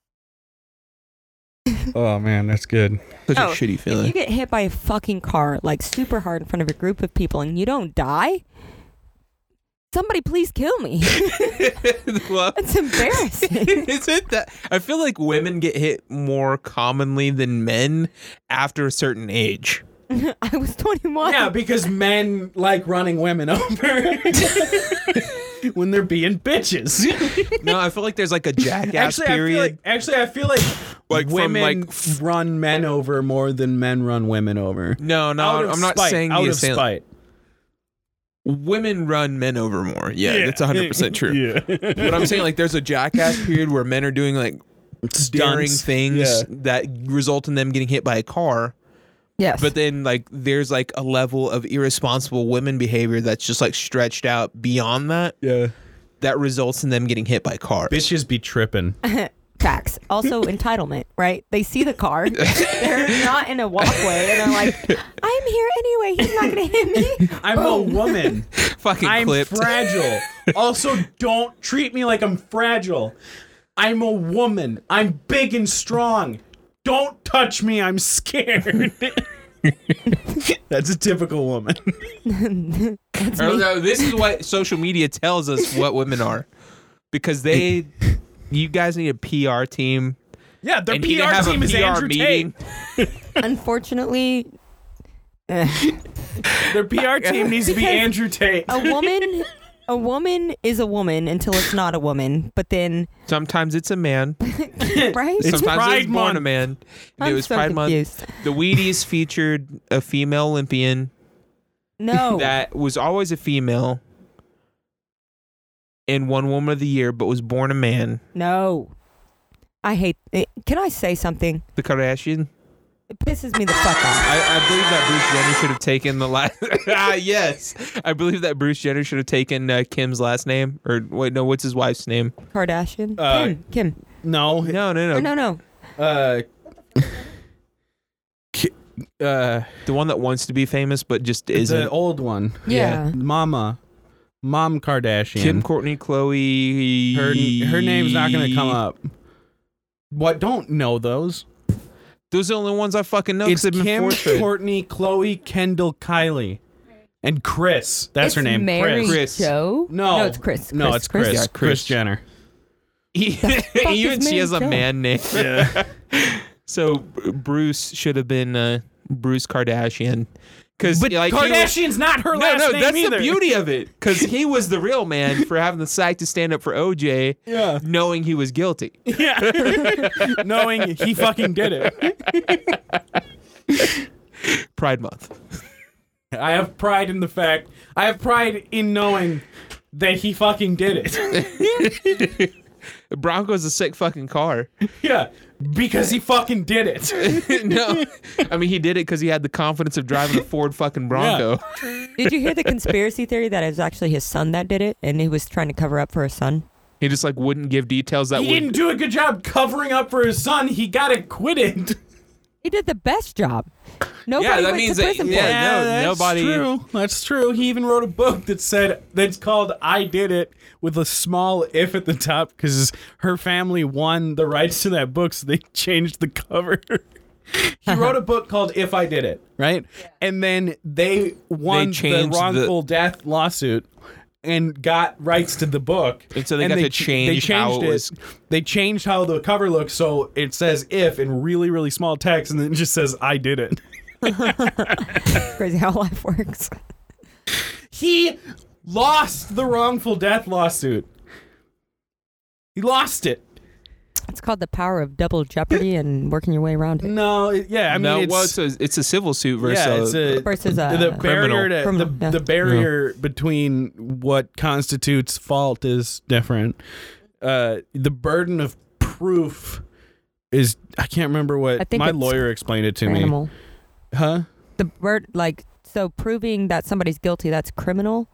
S3: oh man, that's good.
S2: Such
S4: Oh,
S2: shitty
S4: If you get hit by a fucking car like super hard in front of a group of people and you don't die, somebody please kill (laughs) me.
S2: (laughs) well,
S4: That's embarrassing.
S2: (laughs)
S4: (laughs)
S2: is it that I feel like women get hit more commonly than men after a certain age.
S4: I was
S3: (laughs)
S4: 21.
S3: Yeah, because men like running women over (laughs) when they're being bitches.
S2: No, I feel like there's like a jackass
S3: (laughs) actually, I feel
S2: period.
S3: like actually I feel like,
S2: Like from,
S3: women
S2: like, f-
S3: run men over more than men run women over.
S2: no, no,
S3: Out of
S2: I'm not
S3: spite,
S2: saying
S3: out
S2: the
S3: of
S2: assailant-
S3: spite.
S2: women run men over more. Yeah, that's 100 percent true.
S3: Yeah.
S2: But I'm saying like there's a jackass period where men are doing like daring
S3: (laughs) Stunts.
S2: things
S3: Yeah.
S2: that result in them getting hit by a car.
S4: Yes.
S2: But then like there's like a level of irresponsible women behavior that's just like stretched out beyond that
S3: Yeah.
S2: that results in them getting hit by cars.
S3: Bitches be tripping.
S4: Facts. (laughs) Also, entitlement, right? They see the (laughs) car. They're not in a walkway and they're like, I'm here anyway. He's not going to hit (laughs) me.
S3: I'm a (laughs) woman.
S2: Fucking
S3: I'm
S2: clipped.
S3: (laughs) fragile. also, don't treat me like I'm fragile. I'm a woman. I'm big and strong. Don't touch me. I'm scared. (laughs) That's a typical woman.
S4: That's
S2: Or,
S4: me.
S2: no, this is what social media tells us what women are, because they, (laughs) you guys need a PR team.
S3: Yeah, their
S2: and he didn't
S3: PR
S2: have a
S3: team is
S2: PR
S3: Andrew
S2: meeting.
S4: Unfortunately, eh,
S3: Tate.
S2: (laughs)
S3: Their PR team needs to be
S4: Because-
S3: Andrew Tate.
S4: a woman, a woman is a woman until it's not a woman. But then,
S2: Sometimes it's a man.
S4: right?
S3: It's
S2: sometimes
S3: Pride
S2: it's born a
S3: Month.
S2: man. And
S4: I'm
S2: it was
S4: so
S2: Pride
S4: confused.
S2: Month. The Wheaties featured a female Olympian
S4: (laughs) No,
S2: that was always a female and one woman of the year, but was born a man.
S4: no. I hate. It. Can I say something?
S2: The Kardashian.
S4: It pisses me the fuck off.
S2: I, I believe that Bruce Jenner should have taken the last. (laughs) ah, yes, I believe that Bruce Jenner should have taken uh, Kim's last name, or wait, no, what's his wife's name?
S4: Kardashian,
S3: Uh,
S4: Kim, Kim.
S3: (laughs) No,
S2: No, no,
S4: Or
S2: no,
S4: no, no.
S3: uh, ki- uh,
S2: the one that wants to be famous but just
S3: the
S2: isn't.
S3: old one,
S2: Yeah.
S4: Yeah.
S3: Mama, Mom Kardashian.
S2: Kim, Courtney, Chloe.
S3: her her name's not gonna
S4: E.
S3: come up. What? Don't know those.
S2: Those are the only ones I fucking know. 'cause
S3: it's
S2: they've been
S3: Kim,
S2: forced fed.
S3: Courtney, Chloe, Kendall, Kylie, and Chris. That's
S4: it's
S3: her name.
S4: Mary
S3: Chris.
S2: Chris.
S4: Jo?
S3: No,
S4: no, it's Chris.
S3: No, it's Chris.
S2: Yeah,
S3: Chris,
S2: Chris.
S3: Jenner.
S2: (laughs)
S4: fuck
S2: Even
S4: is
S2: she
S4: Mary
S2: has a
S4: Jo?
S2: man name. (laughs) so Br- Bruce should have been uh, Bruce Kardashian, because
S3: But
S2: like he was-
S3: Kardashian's not her last
S2: no, no,
S3: name
S2: that's
S3: either.
S2: the beauty of it, because
S3: (laughs)
S2: he was the real man for having the psych to stand up for OJ,
S3: Yeah.
S2: knowing he was guilty.
S3: (laughs) Yeah. (laughs) Knowing he fucking did it.
S2: Pride Month.
S3: I have pride in the fact. I have pride in knowing that he fucking did it. (laughs)
S2: The Bronco's a sick fucking car. (laughs)
S3: yeah. Because he fucking did it.
S2: no, I mean he did it because he had the confidence of driving a Ford
S3: (laughs)
S2: fucking Bronco.
S4: Did you hear the conspiracy theory that it was actually his son that did it, and he was trying to cover up for his son?
S2: He just like wouldn't give details
S3: (laughs)
S2: that
S3: He didn't
S2: would.
S3: do a good job covering up for his son. He got acquitted.
S4: He did the best job. Nobody
S2: that
S4: went
S2: means
S4: to
S2: that-
S4: prison
S2: yeah,
S4: for it.
S2: no, nobody-
S3: True. That's true. He even wrote a book that said that's called "I Did It" with a small "if" at the top because her family won the rights to that book, so they (laughs) changed the cover. (laughs) he wrote a book called "If I Did It," right? And then they won the
S2: changed the-
S3: wrongful death lawsuit. And got rights to the book,
S2: And so they got to
S3: ch-
S2: change how it was-
S3: They changed how the cover looks, so it says "if" in really, really small text, and then it just says "I did it."
S4: Crazy how life works.
S3: He lost the wrongful death lawsuit. He lost it.
S4: It's called the power of double jeopardy and working your way around it.
S3: No, it- yeah, I mean,
S2: no,
S3: it's,
S2: well, it's a, it's a civil suit versus.
S3: yeah, it's a,
S4: Versus, uh,
S3: the
S2: Criminal.
S3: barrier to,
S4: Criminal,
S3: the,
S4: yeah.
S3: the barrier between what constitutes fault is different. Uh, the burden of proof is I can't remember
S4: I
S3: what
S4: think
S3: my
S4: it's
S3: lawyer explained it to
S4: Animal.
S3: me. Huh?
S4: The bird, like, so proving that somebody's guilty, that's criminal,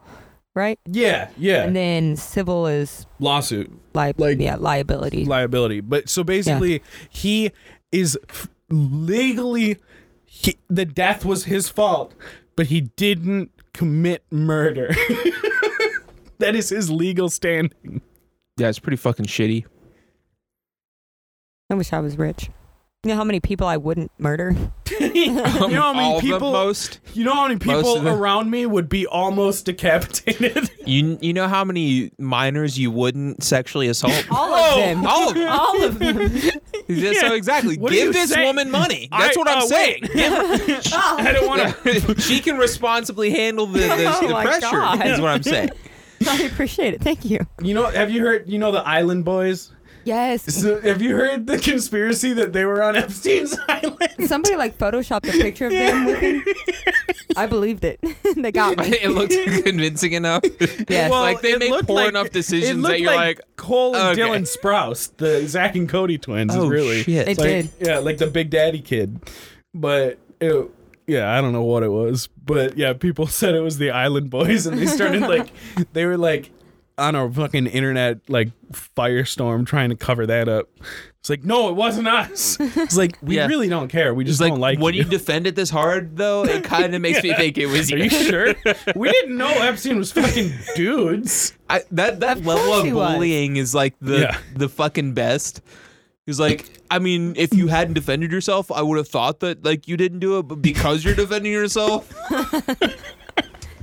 S4: right?
S3: Yeah, yeah.
S4: And then civil is
S3: lawsuit.
S4: li-
S3: Like-
S4: yeah, liability.
S3: liability. But so basically, he is f- legally he, the death was his fault, but he didn't commit murder. (laughs) that is his legal standing. (laughs)
S2: yeah, it's pretty fucking shitty.
S4: I wish I was rich. You know how many people I wouldn't murder?
S3: you know how
S2: All
S3: many
S2: the
S3: people?
S2: most.
S3: You know how many
S2: most of
S3: people
S2: them.
S3: around me would be almost decapitated.
S2: You you know how many minors you wouldn't sexually assault?
S4: (laughs)
S3: (laughs)
S4: All
S3: Whoa,
S4: of them.
S2: Oh, all of them.
S4: All of them.
S2: That's- So
S3: Yeah.
S2: exactly,
S3: What are you
S2: give this
S3: saying?
S2: woman
S3: (laughs)
S2: money.
S3: I-
S2: That's what I'm
S3: uh,
S2: saying.
S3: wait. (laughs) I don't want
S2: (laughs)
S3: to.
S2: she can responsibly handle the,
S3: (laughs)
S2: the,
S4: Oh
S2: the
S4: my
S2: pressure.
S4: God.
S2: Is what I'm saying.
S4: (laughs) I appreciate it. Thank you.
S3: You know? Have you heard? You know the Island Boys?
S4: Yes.
S3: So have you heard the conspiracy that they were on Epstein's (laughs) island?
S4: Somebody like photoshopped a picture of them with him. I believed it. (laughs) they got me.
S2: (laughs) (laughs) it looked convincing
S3: (laughs)
S2: enough.
S4: Yes.
S2: Well, Like, they
S3: it
S2: make
S3: looked
S2: poor enough decisions
S3: it
S2: that
S3: looked
S2: you're like,
S3: Cole and
S2: okay.
S3: Dylan Sprouse, the Zach and Cody twins. is
S2: (laughs) Oh,
S3: really,
S2: shit.
S4: It
S3: like,
S4: did.
S3: Yeah, like the Big Daddy Kid, but it, yeah, I don't know what it was, but yeah, people (laughs) said it was the Island Boys, and they
S2: (laughs)
S3: started like they were like on a fucking internet like firestorm trying to cover that up. It's like no, it wasn't us. It's like
S2: (laughs)
S3: we
S2: Yeah.
S3: really don't care. We just
S2: It's like,
S3: don't like
S2: when you.
S3: you.
S2: defend it this hard, though, it kind of (laughs) makes me think it was
S3: (laughs) Are
S2: you. (laughs)
S3: you sure? we didn't know Epstein was fucking dudes.
S2: I, that that
S4: Of
S2: level
S4: course
S2: of
S4: he was.
S2: bullying is like the
S3: Yeah.
S2: the fucking best. He's like, I mean, if you hadn't defended yourself, I would have thought that like you didn't do it, but because you're defending
S3: (laughs)
S2: yourself,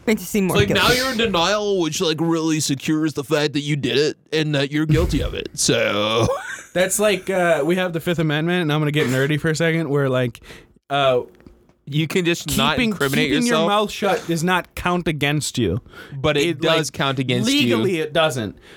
S4: Makes you seem more
S2: like
S4: guilty.
S2: now you're in denial, which like really secures the fact that you did it and that you're guilty of it. So (laughs)
S3: That's like uh, we have the Fifth Amendment, and I'm gonna get nerdy for a second. Where like uh,
S2: you can just not
S3: keeping,
S2: incriminate
S3: keeping
S2: yourself,
S3: your mouth shut does not count against you.
S2: but it, does
S3: like,
S2: count against
S3: legally.
S2: you
S3: It doesn't.
S2: (laughs)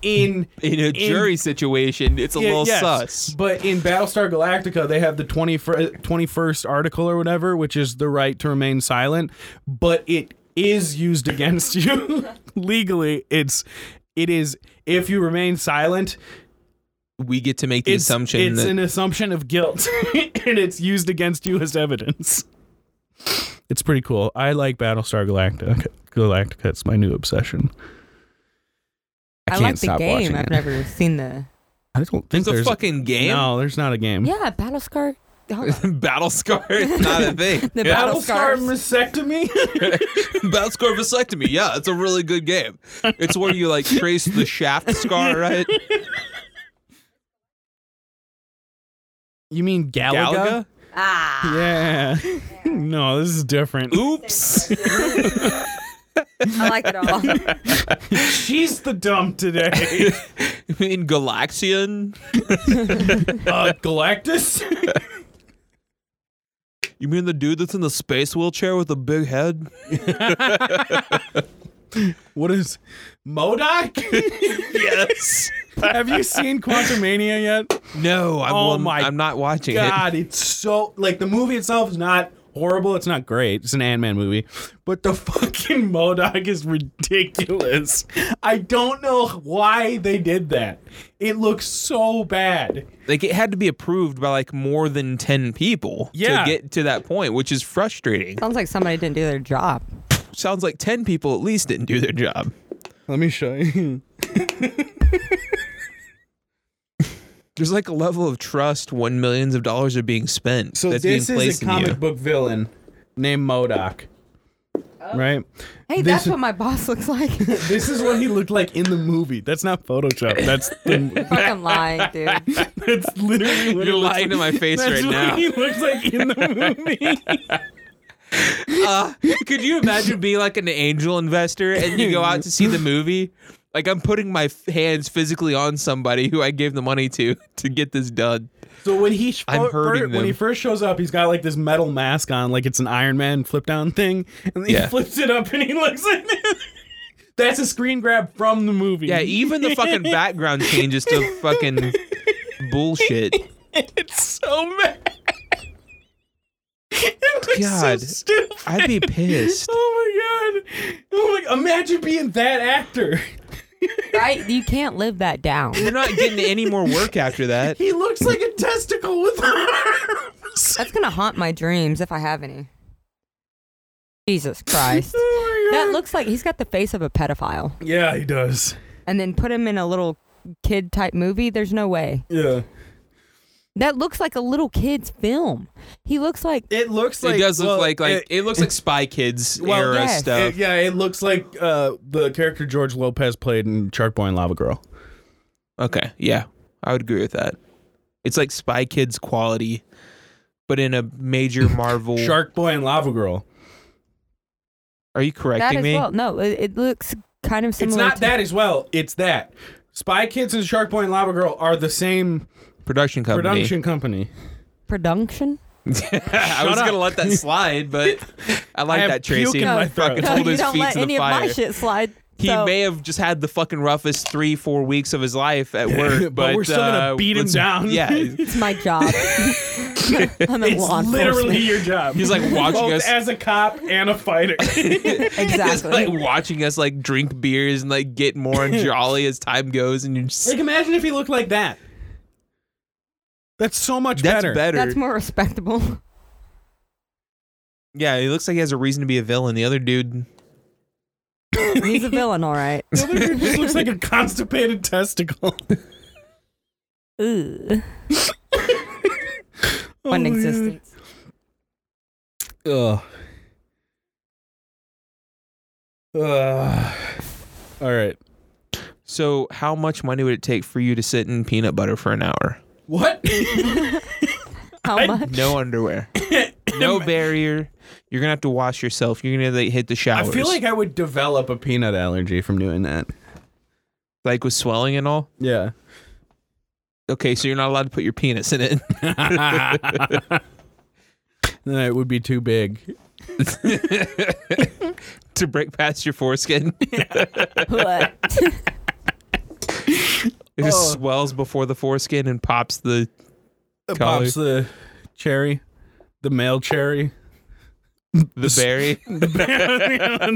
S3: In
S2: in a jury situation. It's a
S3: Yeah,
S2: little
S3: yes.
S2: sus.
S3: But in Battlestar Galactica, they have the 20 fir- 21st article or whatever, which is the right to remain silent, but it is used against you (laughs) legally. It's it is if you remain silent,
S2: We get to make the
S3: it's
S2: assumption
S3: it's
S2: that
S3: an assumption of guilt (laughs) and it's used against you as evidence. It's pretty cool. I like Battlestar Galactica. Galactica, it's my new obsession. I,
S4: I,
S3: can't
S4: like the
S3: stop watching
S4: game. I've
S3: it.
S4: never seen the.
S3: I don't think
S2: it's a
S3: there's
S2: fucking game.
S3: No, there's not a game.
S4: Yeah, battle scar. Hold on.
S2: (laughs) Battle scar, it's not a
S3: (laughs)
S2: thing.
S4: The battle
S3: Battlestar
S4: scars.
S3: vasectomy.
S2: Battle scar vasectomy. Yeah, it's a really good game. It's where you like trace the shaft
S3: (laughs)
S2: scar, right?
S3: (laughs) You mean Galaga?
S4: Ah.
S3: Yeah. (laughs) no, this is different.
S2: Oops. (laughs)
S4: I like it all.
S3: She's the dump (laughs) today.
S2: In Galaxian.
S3: uh, Galactus?
S2: You mean the dude that's in the space wheelchair with the big head?
S3: what is Modoc?
S2: Yes.
S3: (laughs) Have you seen Quantum Mania yet?
S2: No, I'm,
S3: Oh
S2: well,
S3: my
S2: I'm not watching
S3: God, it's so like the movie itself is not horrible. It's not great. It's an Ant Man movie, but the (laughs) fucking Modoc is ridiculous. I don't know why they did that. It looks so bad.
S2: it. Like it had to be approved by like more than 10 people
S3: Yeah.
S2: to get to that point, which is frustrating.
S4: Sounds like somebody didn't do their job.
S2: Sounds like 10 people at least didn't do their job.
S3: Let me show you. (laughs)
S2: There's like a level of trust when millions of dollars are being spent.
S3: So
S2: that's
S3: this
S2: being placed
S3: is a
S2: in you.
S3: comic book villain named Modoc.
S2: Oh.
S3: Right?
S4: Hey,
S3: This
S4: that's
S3: is-
S4: what my boss looks like. (laughs)
S3: This is what he looked like in the movie. That's not Photoshop. That's the, (laughs)
S4: Fucking lying, dude.
S3: that's literally what
S2: You're
S3: he looks
S2: lying
S3: like.
S2: to my face
S3: That's
S2: right
S3: what
S2: now.
S3: he looks like
S2: (laughs)
S3: in the movie.
S2: Uh, could you imagine being like an angel investor and you go out to see the movie? Like I'm putting my f- hands physically on somebody who I gave the money to to get this done.
S3: so when he sh-
S2: I'm hurting
S3: when he
S2: them.
S3: first shows up, he's got like this metal mask on, like it's an Iron Man flip down thing, and he
S2: Yeah.
S3: flips it up and he looks like this. (laughs) That's a screen grab from the movie.
S2: Yeah, even the fucking background changes to fucking bullshit.
S3: (laughs) it's so bad. (laughs) it looks
S2: God,
S3: so stupid.
S2: I'd be pissed.
S3: (laughs) Oh my god! Oh my! Imagine being that actor.
S4: Right? You can't live that down.
S2: You're not getting any more work after that.
S3: He looks like a testicle with (laughs) arms.
S4: That's gonna haunt my dreams if I have any. Jesus
S3: (laughs)
S4: Christ.
S3: Oh my god!
S4: That looks like he's got the face of a pedophile.
S3: yeah, he does.
S4: And then put him in a little kid type movie. There's no way.
S3: Yeah,
S4: That looks like a little kid's film. He looks like
S3: it looks like
S2: it does look
S3: well,
S2: like like it,
S3: it-
S2: looks like Spy Kids
S3: well,
S2: era
S4: yes.
S2: stuff.
S3: it- yeah, it looks like uh, the character George Lopez played in Shark Boy and Lava Girl.
S2: Okay, yeah, I would agree with that. It's like Spy Kids quality, but in a major Marvel.
S3: Shark Boy and Lava Girl.
S2: Are you
S4: that
S2: correcting
S4: as
S2: me?
S4: well. No, it, it looks kind of similar.
S3: It's not
S4: to,
S3: that as well. It's that Spy Kids and Shark Boy and Lava Girl are the same
S2: Production company.
S3: production company.
S4: production.
S2: (laughs) I was
S3: up.
S2: gonna let that slide,
S3: (laughs)
S2: but I like
S3: I have
S2: that Tracy.
S3: puke in my
S2: He fucking
S3: throat.
S2: hold
S4: you
S2: his
S4: don't
S2: feet
S4: let
S2: to the
S4: any of
S2: fire.
S4: my shit slide.
S2: He
S4: so-
S2: may have just had the fucking roughest three, four weeks of his life at work,
S3: (laughs) But we're still gonna
S2: uh,
S3: beat him
S2: let's- (laughs)
S3: down.
S2: Yeah,
S4: It's my
S2: (laughs)
S4: job. I'm in law
S3: It's literally your job.
S2: He's, like, watching
S3: Both
S2: us-
S3: as a cop and a (laughs) fighter.
S4: enforcement.
S2: He's
S4: exactly.
S2: like watching us like drink beers and like get
S3: (laughs)
S2: more jolly as time goes, and you just
S3: like, imagine if he looked like that. That's so much
S2: that's
S3: better.
S2: better.
S4: That's more respectable. (laughs)
S2: yeah, he looks like he has a reason to be a villain. The other dude,
S4: He's a villain,
S2: (laughs)
S4: all right.
S3: The other dude just looks like a constipated testicle.
S4: Ugh. One existence.
S3: Ugh. Ugh. All right.
S2: So, how much money would it take for you to sit in peanut butter for an hour?
S3: (laughs) What?
S4: How much?
S2: No underwear.
S3: (laughs)
S2: no barrier. You're gonna have to wash yourself. You're gonna have to hit the
S3: I
S2: showers.
S3: feel like I would develop a peanut allergy from doing that.
S2: like with swelling and all.
S3: (laughs) Yeah.
S2: Okay, so you're not allowed to put your penis in it. (laughs)
S3: Then it would be too big.
S2: to break past your foreskin. (laughs)
S4: What?
S2: It just
S3: Oh.
S2: swells before the foreskin and pops the
S3: It
S2: Color.
S3: pops the cherry, the male cherry.
S2: the berry.
S3: (laughs) That's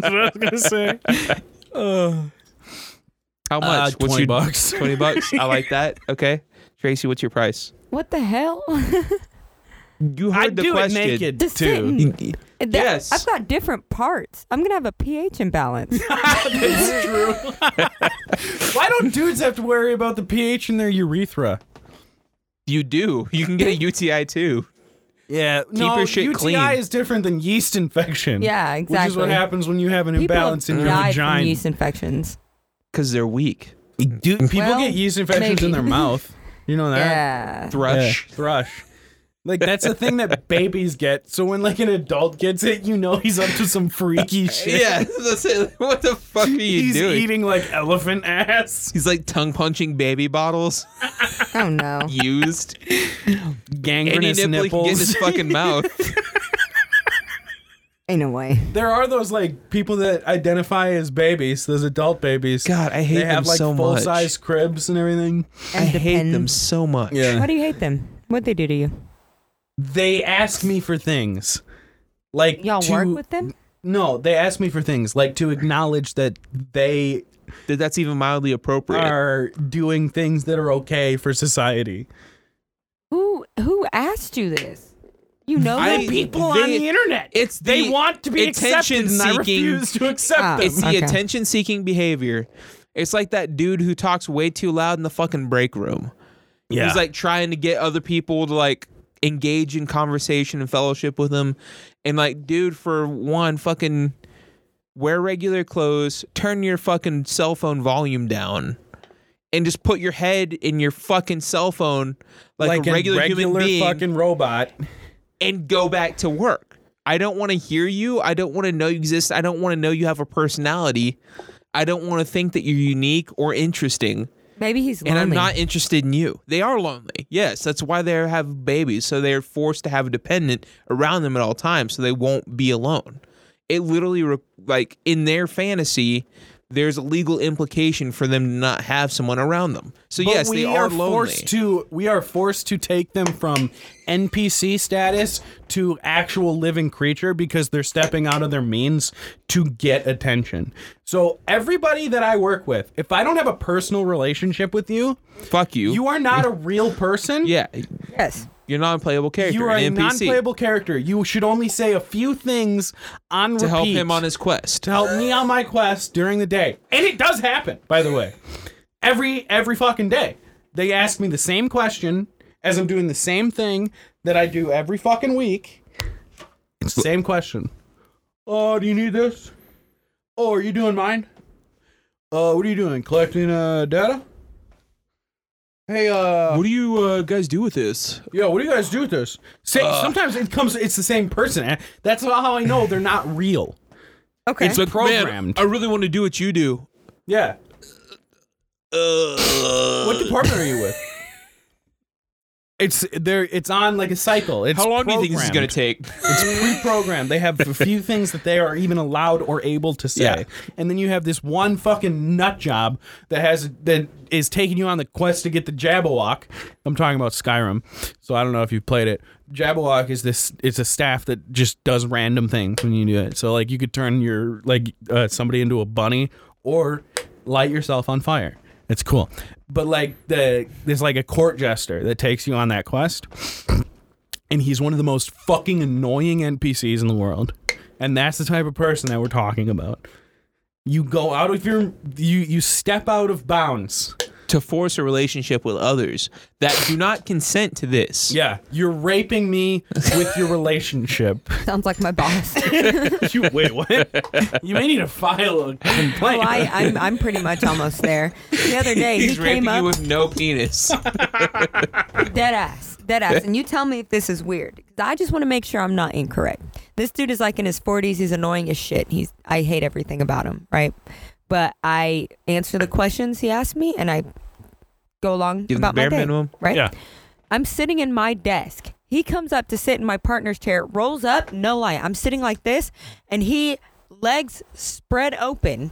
S3: what I was gonna say.
S2: How
S3: Uh,
S2: much? what's
S3: 20
S2: your (laughs)
S3: bucks.
S2: Twenty bucks. I like
S3: (laughs)
S2: that. Okay, Tracy, what's your price?
S4: (laughs) what the hell? (laughs)
S2: You heard
S3: I'd
S2: the
S3: do
S2: question.
S3: it naked
S4: Just
S3: (laughs) too.
S4: sitting. That-
S2: Yes.
S4: I've got different parts. I'm gonna have a pH
S2: (laughs)
S4: imbalance.
S3: That's true. Why don't dudes have to worry about the pH in their urethra?
S2: You do. You can get a UTI too.
S3: Yeah, keep
S2: your shit
S3: UTI
S2: clean.
S3: is different than yeast infection.
S4: Yeah,
S3: Which is what
S4: exactly.
S3: happens when you have an
S4: People
S3: imbalance in
S4: have
S3: your
S4: died
S3: vagina.
S4: from yeast infections.
S2: Because they're weak.
S3: Dude, people
S4: Well,
S3: get yeast infections in
S4: maybe.
S3: their mouth. You
S2: Uh,
S3: know that?
S4: Yeah.
S2: Thrush.
S3: Yeah, Thrush. Like that's the
S2: (laughs)
S3: thing that babies get. So when like an adult gets it, you know he's up to some freaky shit.
S2: (laughs) Yeah. that's it. What the fuck are you
S3: He's
S2: doing?
S3: eating like
S2: (laughs)
S3: elephant ass.
S2: He's like tongue punching baby bottles
S4: Oh
S2: (laughs)
S4: no. (laughs)
S2: used. Any
S3: Gangrenous
S2: nipple he can get in his
S3: nipples.
S2: fucking mouth.
S4: Ain't no way.
S3: (laughs) There are those like people that identify as babies, those adult babies.
S2: God, I hate
S3: they
S2: them
S3: have like
S2: so
S3: full
S2: much.
S3: size cribs and everything.
S2: I hate them
S4: depends.
S2: so much.
S4: Why do you hate them? What they do to you?
S3: they ask me for things. Like
S4: Y'all
S3: to-
S4: work with them?
S3: No, they ask me for things like to acknowledge that they
S2: That that's even mildly appropriate.
S3: are doing things that are okay for society.
S4: Who who asked you this? You know
S2: I-
S4: them?
S3: People
S2: They-
S3: on the internet.
S2: it's
S3: they
S2: the
S3: want to be accepted, and I
S2: attention-seeking-
S3: refuse to accept
S4: Ah.
S3: them.
S2: It's the
S4: Okay.
S2: attention seeking behavior. It's like that dude who talks way too loud in the fucking break room. He's like trying to get other people to like engage in conversation and fellowship with him. And like, dude, for one, fucking wear regular clothes, turn your fucking cell phone volume down, and just put your head in your fucking cell phone like,
S3: like
S2: a regular,
S3: regular
S2: human being
S3: fucking robot.
S2: and go back to work. I don't want to hear you. I don't want to know you exist. I don't want to know you have a personality. I don't want to think that you're unique or interesting.
S4: Maybe he's
S2: And
S4: lonely.
S2: I'm not interested in you. They are lonely. Yes, that's why they have babies. So they're forced to have a dependent around them at all times so they won't be alone. It literally, re- like, in their fantasy, there's a legal implication for them to not have someone around them. So,
S3: But
S2: yes,
S3: we
S2: they are, lonely.
S3: forced to we are forced to take them from NPC status to actual living creature because they're stepping out of their means to get attention. So everybody that I work with, if I don't have a personal relationship with you,
S2: Fuck you.
S3: you are not a real
S2: (laughs)
S3: person.
S2: yeah,
S4: yes.
S2: you're not a playable character.
S3: You are a
S2: an NPC.
S3: non-playable character. You should only say a few things on
S2: to help
S3: repeat
S2: him on his quest.
S3: to help me on my quest during the day. And it does happen, by the way. Every every fucking day. They ask me the same question as I'm doing the same thing that I do every fucking week. It's the same question. Oh, do you need this? Oh, are you doing mine? Uh, what are you doing? Collecting uh data? Hey, uh,
S2: do you uh, guys do with this?
S3: yo, what do you guys do with this? Say, sometimes it comes, it's the same person. That's how I know they're not real.
S4: Okay.
S3: It's programmed.
S2: I really want to do what you do.
S3: yeah.
S2: Uh,
S3: What department are you with? (laughs) It's there. It's on like a cycle. It's
S2: how long do you think this is going
S3: programmed.
S2: to take?
S3: It's pre-programmed. They have a few things that they are even allowed or able to say,
S2: Yeah.
S3: and then you have this one fucking nut job that has that is taking you on the quest to get the Jabberwock. I'm talking about Skyrim, so I don't know if you've played it. Jabberwock is this. It's a staff that just does random things when you do it. So like you could turn your like uh, somebody into a bunny or light yourself on fire. It's cool, but like the there's like a court jester that takes you on that quest and he's one of the most fucking annoying NPCs in the world. And that's the type of person that we're talking about. You go out of your you you step out of bounds
S2: to force a relationship with others that do not consent to this.
S3: Yeah, you're raping me with your relationship.
S4: (laughs) Sounds like my
S2: (laughs)
S4: boss.
S3: (laughs) you, wait, what? (laughs) You may need to file a
S4: Oh,
S3: complaint.
S4: I, I'm, I'm pretty much almost there. The
S2: (laughs)
S4: other day,
S2: He's
S4: he
S2: raping
S4: came
S2: you
S4: up
S2: with no penis.
S4: (laughs) dead ass, dead ass, and you tell me if this is weird. 'Cause I just want to make sure I'm not incorrect. This dude is like in his 40s. He's annoying as shit. He's I hate everything about him, right? But I answer the questions he asked me, and I go along
S2: Give him the
S4: about my
S2: bare
S4: day,
S2: minimum.
S4: right?
S3: Yeah.
S4: I'm sitting in my desk. He comes up to sit in my partner's chair, rolls up, no lie. I'm sitting like this, and he legs spread open,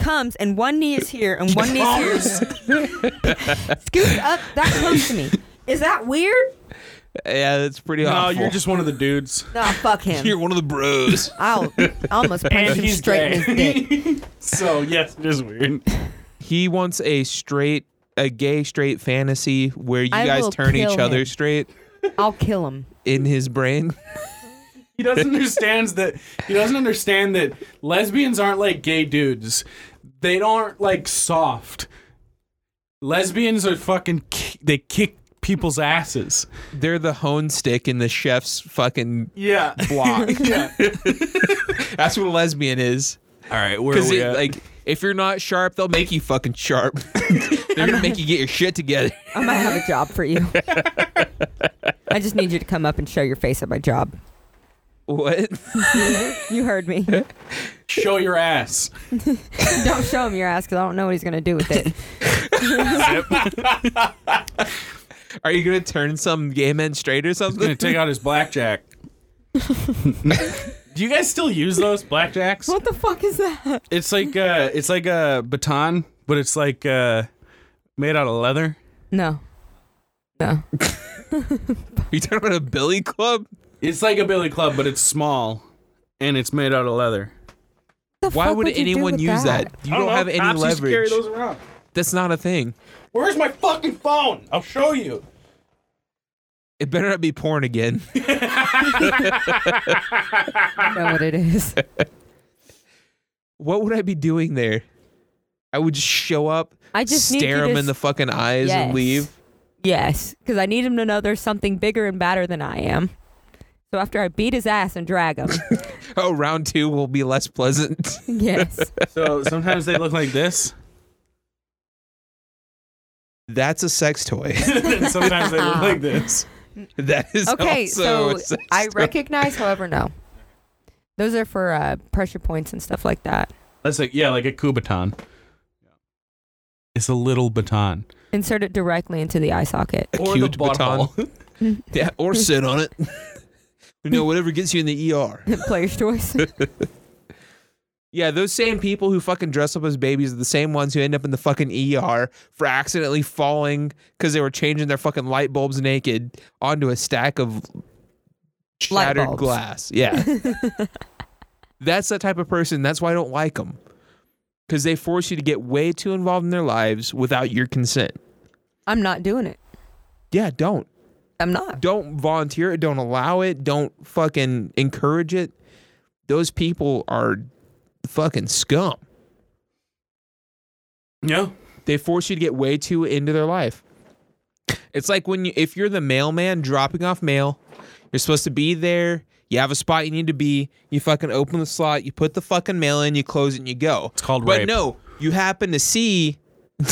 S4: comes and one knee is here and one knee is
S2: (laughs)
S4: here. Scoots up that close to me. Is that weird?
S2: Yeah, that's pretty
S3: No,
S2: awful.
S3: you're just one of the dudes.
S4: No, fuck him.
S2: You're one of the bros.
S4: I'll I (laughs) almost punch him straight in his (laughs) dick.
S3: so yes, it is weird.
S2: (laughs) he wants a straight, a gay straight fantasy where you
S4: I
S2: guys
S4: will
S2: turn each
S4: kill
S2: other
S4: him.
S2: straight
S4: I'll kill him.
S2: in his brain. (laughs)
S3: He doesn't understand that. He doesn't understand that lesbians aren't like gay dudes. They aren't like soft. Lesbians are fucking. ki- They kick people's asses.
S2: They're the hone stick in the chef's fucking
S3: Yeah.
S2: block.
S3: (laughs) yeah.
S2: That's what a lesbian is.
S3: All right. Where
S2: Because
S3: we at?
S2: like, if you're not sharp, they'll make you fucking sharp. (laughs) They're gonna make you get your shit together. (laughs)
S4: I might have a job for (laughs) you. I just need you to come up and show your face at my job.
S2: What?
S4: You heard (laughs) me.
S3: show your ass.
S4: Don't show him your ass because I don't know what he's gonna do with it.
S2: Are you gonna turn some gay men straight or
S3: He's (laughs) gonna
S2: something?
S3: take out his (laughs) blackjack. Do you guys still use those blackjacks?
S4: (laughs) What the fuck is that?
S3: It's like uh, it's like a baton, but it's like uh, made out of leather.
S4: No. No.
S2: (laughs) you talking about a billy club?
S3: It's like a billy club, but it's small, and it's made out of leather.
S2: Why would, anyone use that? You don't, have any leverage.
S3: around.
S2: That's not a thing.
S3: Where's my fucking phone? I'll show you.
S2: It better not be porn again. (laughs)
S4: I know what
S2: (laughs)
S4: it is.
S2: what would I be doing there? I would just show up,
S4: I just need
S2: stare
S4: you
S2: him
S4: to
S2: in the
S4: s-
S2: fucking eyes and
S4: Yes.
S2: leave.
S4: Yes, because I need him to know there's something bigger and badder than I am. So after I beat his ass and drag (laughs) him,
S2: Oh, round two will be less pleasant. (laughs)
S4: yes,
S3: So sometimes they look like this,
S2: That's a sex toy.
S3: (laughs)
S2: (laughs)
S3: and sometimes they look like this.
S2: That (laughs) is
S4: okay.
S2: also
S4: So
S2: a sex
S4: I
S2: toy.
S4: (laughs) recognize, however, no. Those are for uh, pressure points and stuff like that.
S3: That's like yeah, like a Kubaton. It's a little baton
S4: Insert it directly into the eye socket. (laughs)
S2: A cute baton. (laughs) Yeah, or sit on it. (laughs) you know, whatever gets you in the ER.
S4: Player's choice.
S2: Yeah, those same people who fucking dress up as babies are the same ones who end up in the fucking ER for accidentally falling because they were changing their fucking light bulbs naked onto a stack of shattered
S4: bulbs.
S2: glass. Yeah. That's the type of person. That's why I don't like them. Because they force you to get way too involved in their lives without your consent.
S4: I'm not doing it.
S2: Yeah, don't.
S4: I'm not.
S2: Don't volunteer it. Don't allow it. Don't fucking encourage it. Those people are fucking scum.
S3: (laughs) Yeah.
S2: they force you to get way too into their life. It's like when you, if you're the mailman dropping off mail, you're supposed to be there. You have a spot you need to be. You fucking open the slot. You put the fucking mail in. You close it and you go. It's
S3: called
S2: But
S3: rape.
S2: no, you happen to see. (laughs)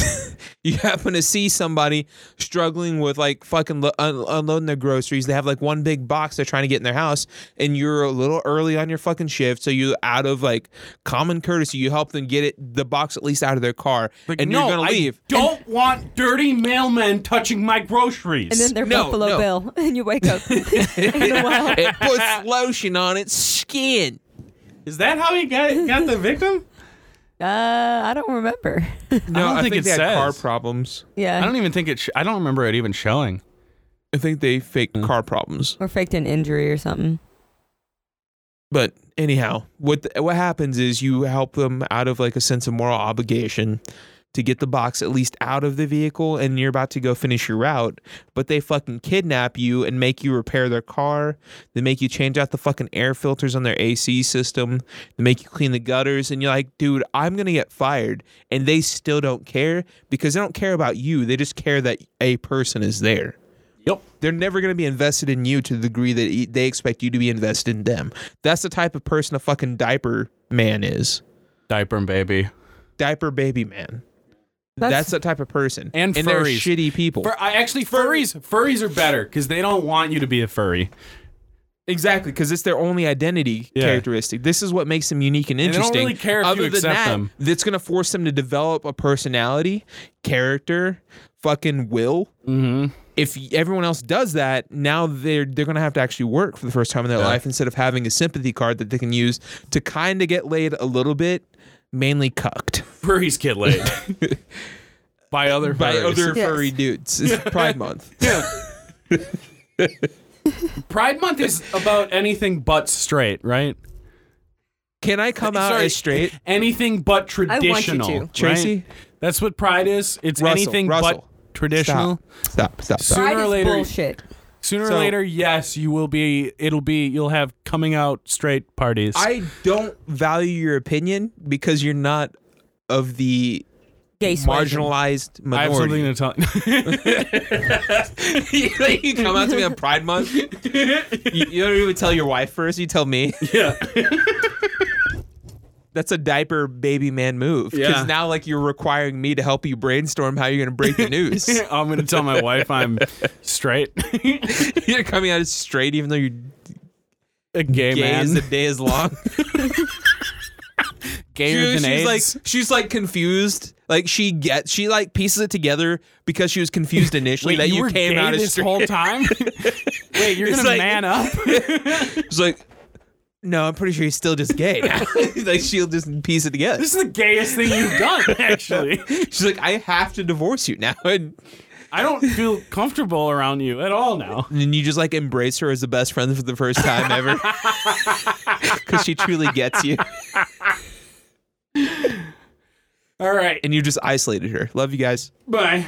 S2: you happen to see somebody struggling with like fucking lo- un- unloading their groceries. They have like one big box they're trying to get in their house, and you're a little early on your fucking shift, so you out of like common courtesy, you help them get it the box at least out of their car, and
S3: no,
S2: you're gonna
S3: I
S2: leave.
S3: don't want dirty mailmen touching my groceries.
S4: And then they're
S2: No,
S4: Buffalo
S2: no.
S4: Bill, (laughs) and you wake up in
S3: (laughs)
S4: the wild.
S2: it puts lotion on its skin.
S3: Is that how he got got (laughs) the victim?
S4: Uh, I don't remember. (laughs)
S2: No,
S3: don't think it
S2: they had
S3: says.
S2: car problems.
S4: yeah.
S3: I don't even think it. Sh- I don't remember it even showing.
S2: I think they faked
S3: Mm.
S2: car problems.
S4: or faked an injury or something.
S2: But anyhow, what the, what happens is you help them out of like a sense of moral obligation. to get the box at least out of the vehicle and you're about to go finish your route, but they fucking kidnap you and make you repair their car. They make you change out the fucking air filters on their AC system. They make you clean the gutters and you're like, "Dude, I'm going to get fired." And they still don't care because they don't care about you. They just care that a person is there
S3: Yep.
S2: they're never going to be invested in you to the degree that e- they expect you to be invested in them. That's the type of person a fucking diaper man is.
S3: Diaper and baby.
S2: Diaper baby man. That's,
S4: That's-
S2: the type of person.
S3: And
S2: they're
S3: furries.
S2: shitty people.
S3: Fur- I actually furries. Furries are better because they don't want you to be a furry.
S2: exactly, because it's their only identity
S3: Yeah.
S2: characteristic. This is what makes them unique and
S3: they don't
S2: interesting.
S3: really care if
S2: Other
S3: you
S2: than
S3: accept
S2: that,
S3: them.
S2: that's going to force them to develop a personality, character, fucking will.
S3: Mm-hmm.
S2: if y- everyone else does that, now they're they're gonna have to actually work for the first time in their
S3: Yeah.
S2: life instead of having a sympathy card that they can use to kind of get laid a little bit, mainly cucked
S3: Furries get laid (laughs) by other
S2: by
S3: furries.
S2: other
S4: Yes.
S2: furry dudes. It's
S3: (laughs)
S2: Pride Month.
S3: Pride Month is about anything but straight, right?
S2: Can I come out
S3: Sorry,
S2: as
S3: (laughs)
S2: straight,
S3: Anything but
S4: want you
S3: traditional.
S4: to.
S3: right?
S2: Tracy?
S3: That's what pride is. It's
S2: Russell,
S3: anything
S2: Russell,
S3: but traditional.
S2: Stop, stop, stop.
S3: Sooner
S4: Pride
S3: or
S4: is
S3: later-
S4: bullshit.
S3: Sooner
S2: So-
S3: or later, yes, you will be. It'll be. You'll have coming out straight parties.
S2: I don't value your opinion because you're not of the
S4: Gay swagger.
S2: marginalized
S3: I have
S2: minority.
S3: something to tell.
S2: (laughs) you come out to me on Pride Month. You, you don't even tell your wife first. You tell me.
S3: (laughs) yeah.
S2: That's a diaper baby man move. Because
S3: Yeah.
S2: now, like, you're requiring me to help you brainstorm how you're going to break the news.
S3: I'm gonna tell my wife I'm straight. (laughs)
S2: you're coming out as straight, even though you're
S3: A gay,
S2: gay
S3: man.
S2: as the day is
S3: (laughs)
S2: long.
S3: Gayer
S2: She-
S3: than
S2: she's like,
S3: AIDS.
S2: she's like confused. Like, she gets, she like pieces it together because she was
S3: (laughs)
S2: confused initially
S3: Wait,
S2: that
S3: you,
S2: you,
S3: were
S2: came
S3: gay
S2: out as
S3: this
S2: straight.
S3: (laughs) whole time. Wait, you're
S2: It's
S3: gonna
S2: like-
S3: (laughs) man up.
S2: She's like, no, I'm pretty sure he's still just gay. (laughs) like, she'll just piece it (laughs) together.
S3: This is the gayest thing you've (laughs) done, actually.
S2: She's like, I have to divorce you now. And,
S3: I don't feel comfortable around you at all now.
S2: and you just like embrace her as the best friend for the first time (laughs) ever. Because she truly gets you.
S3: All right,
S2: and you just isolated her. Love you guys.
S3: bye.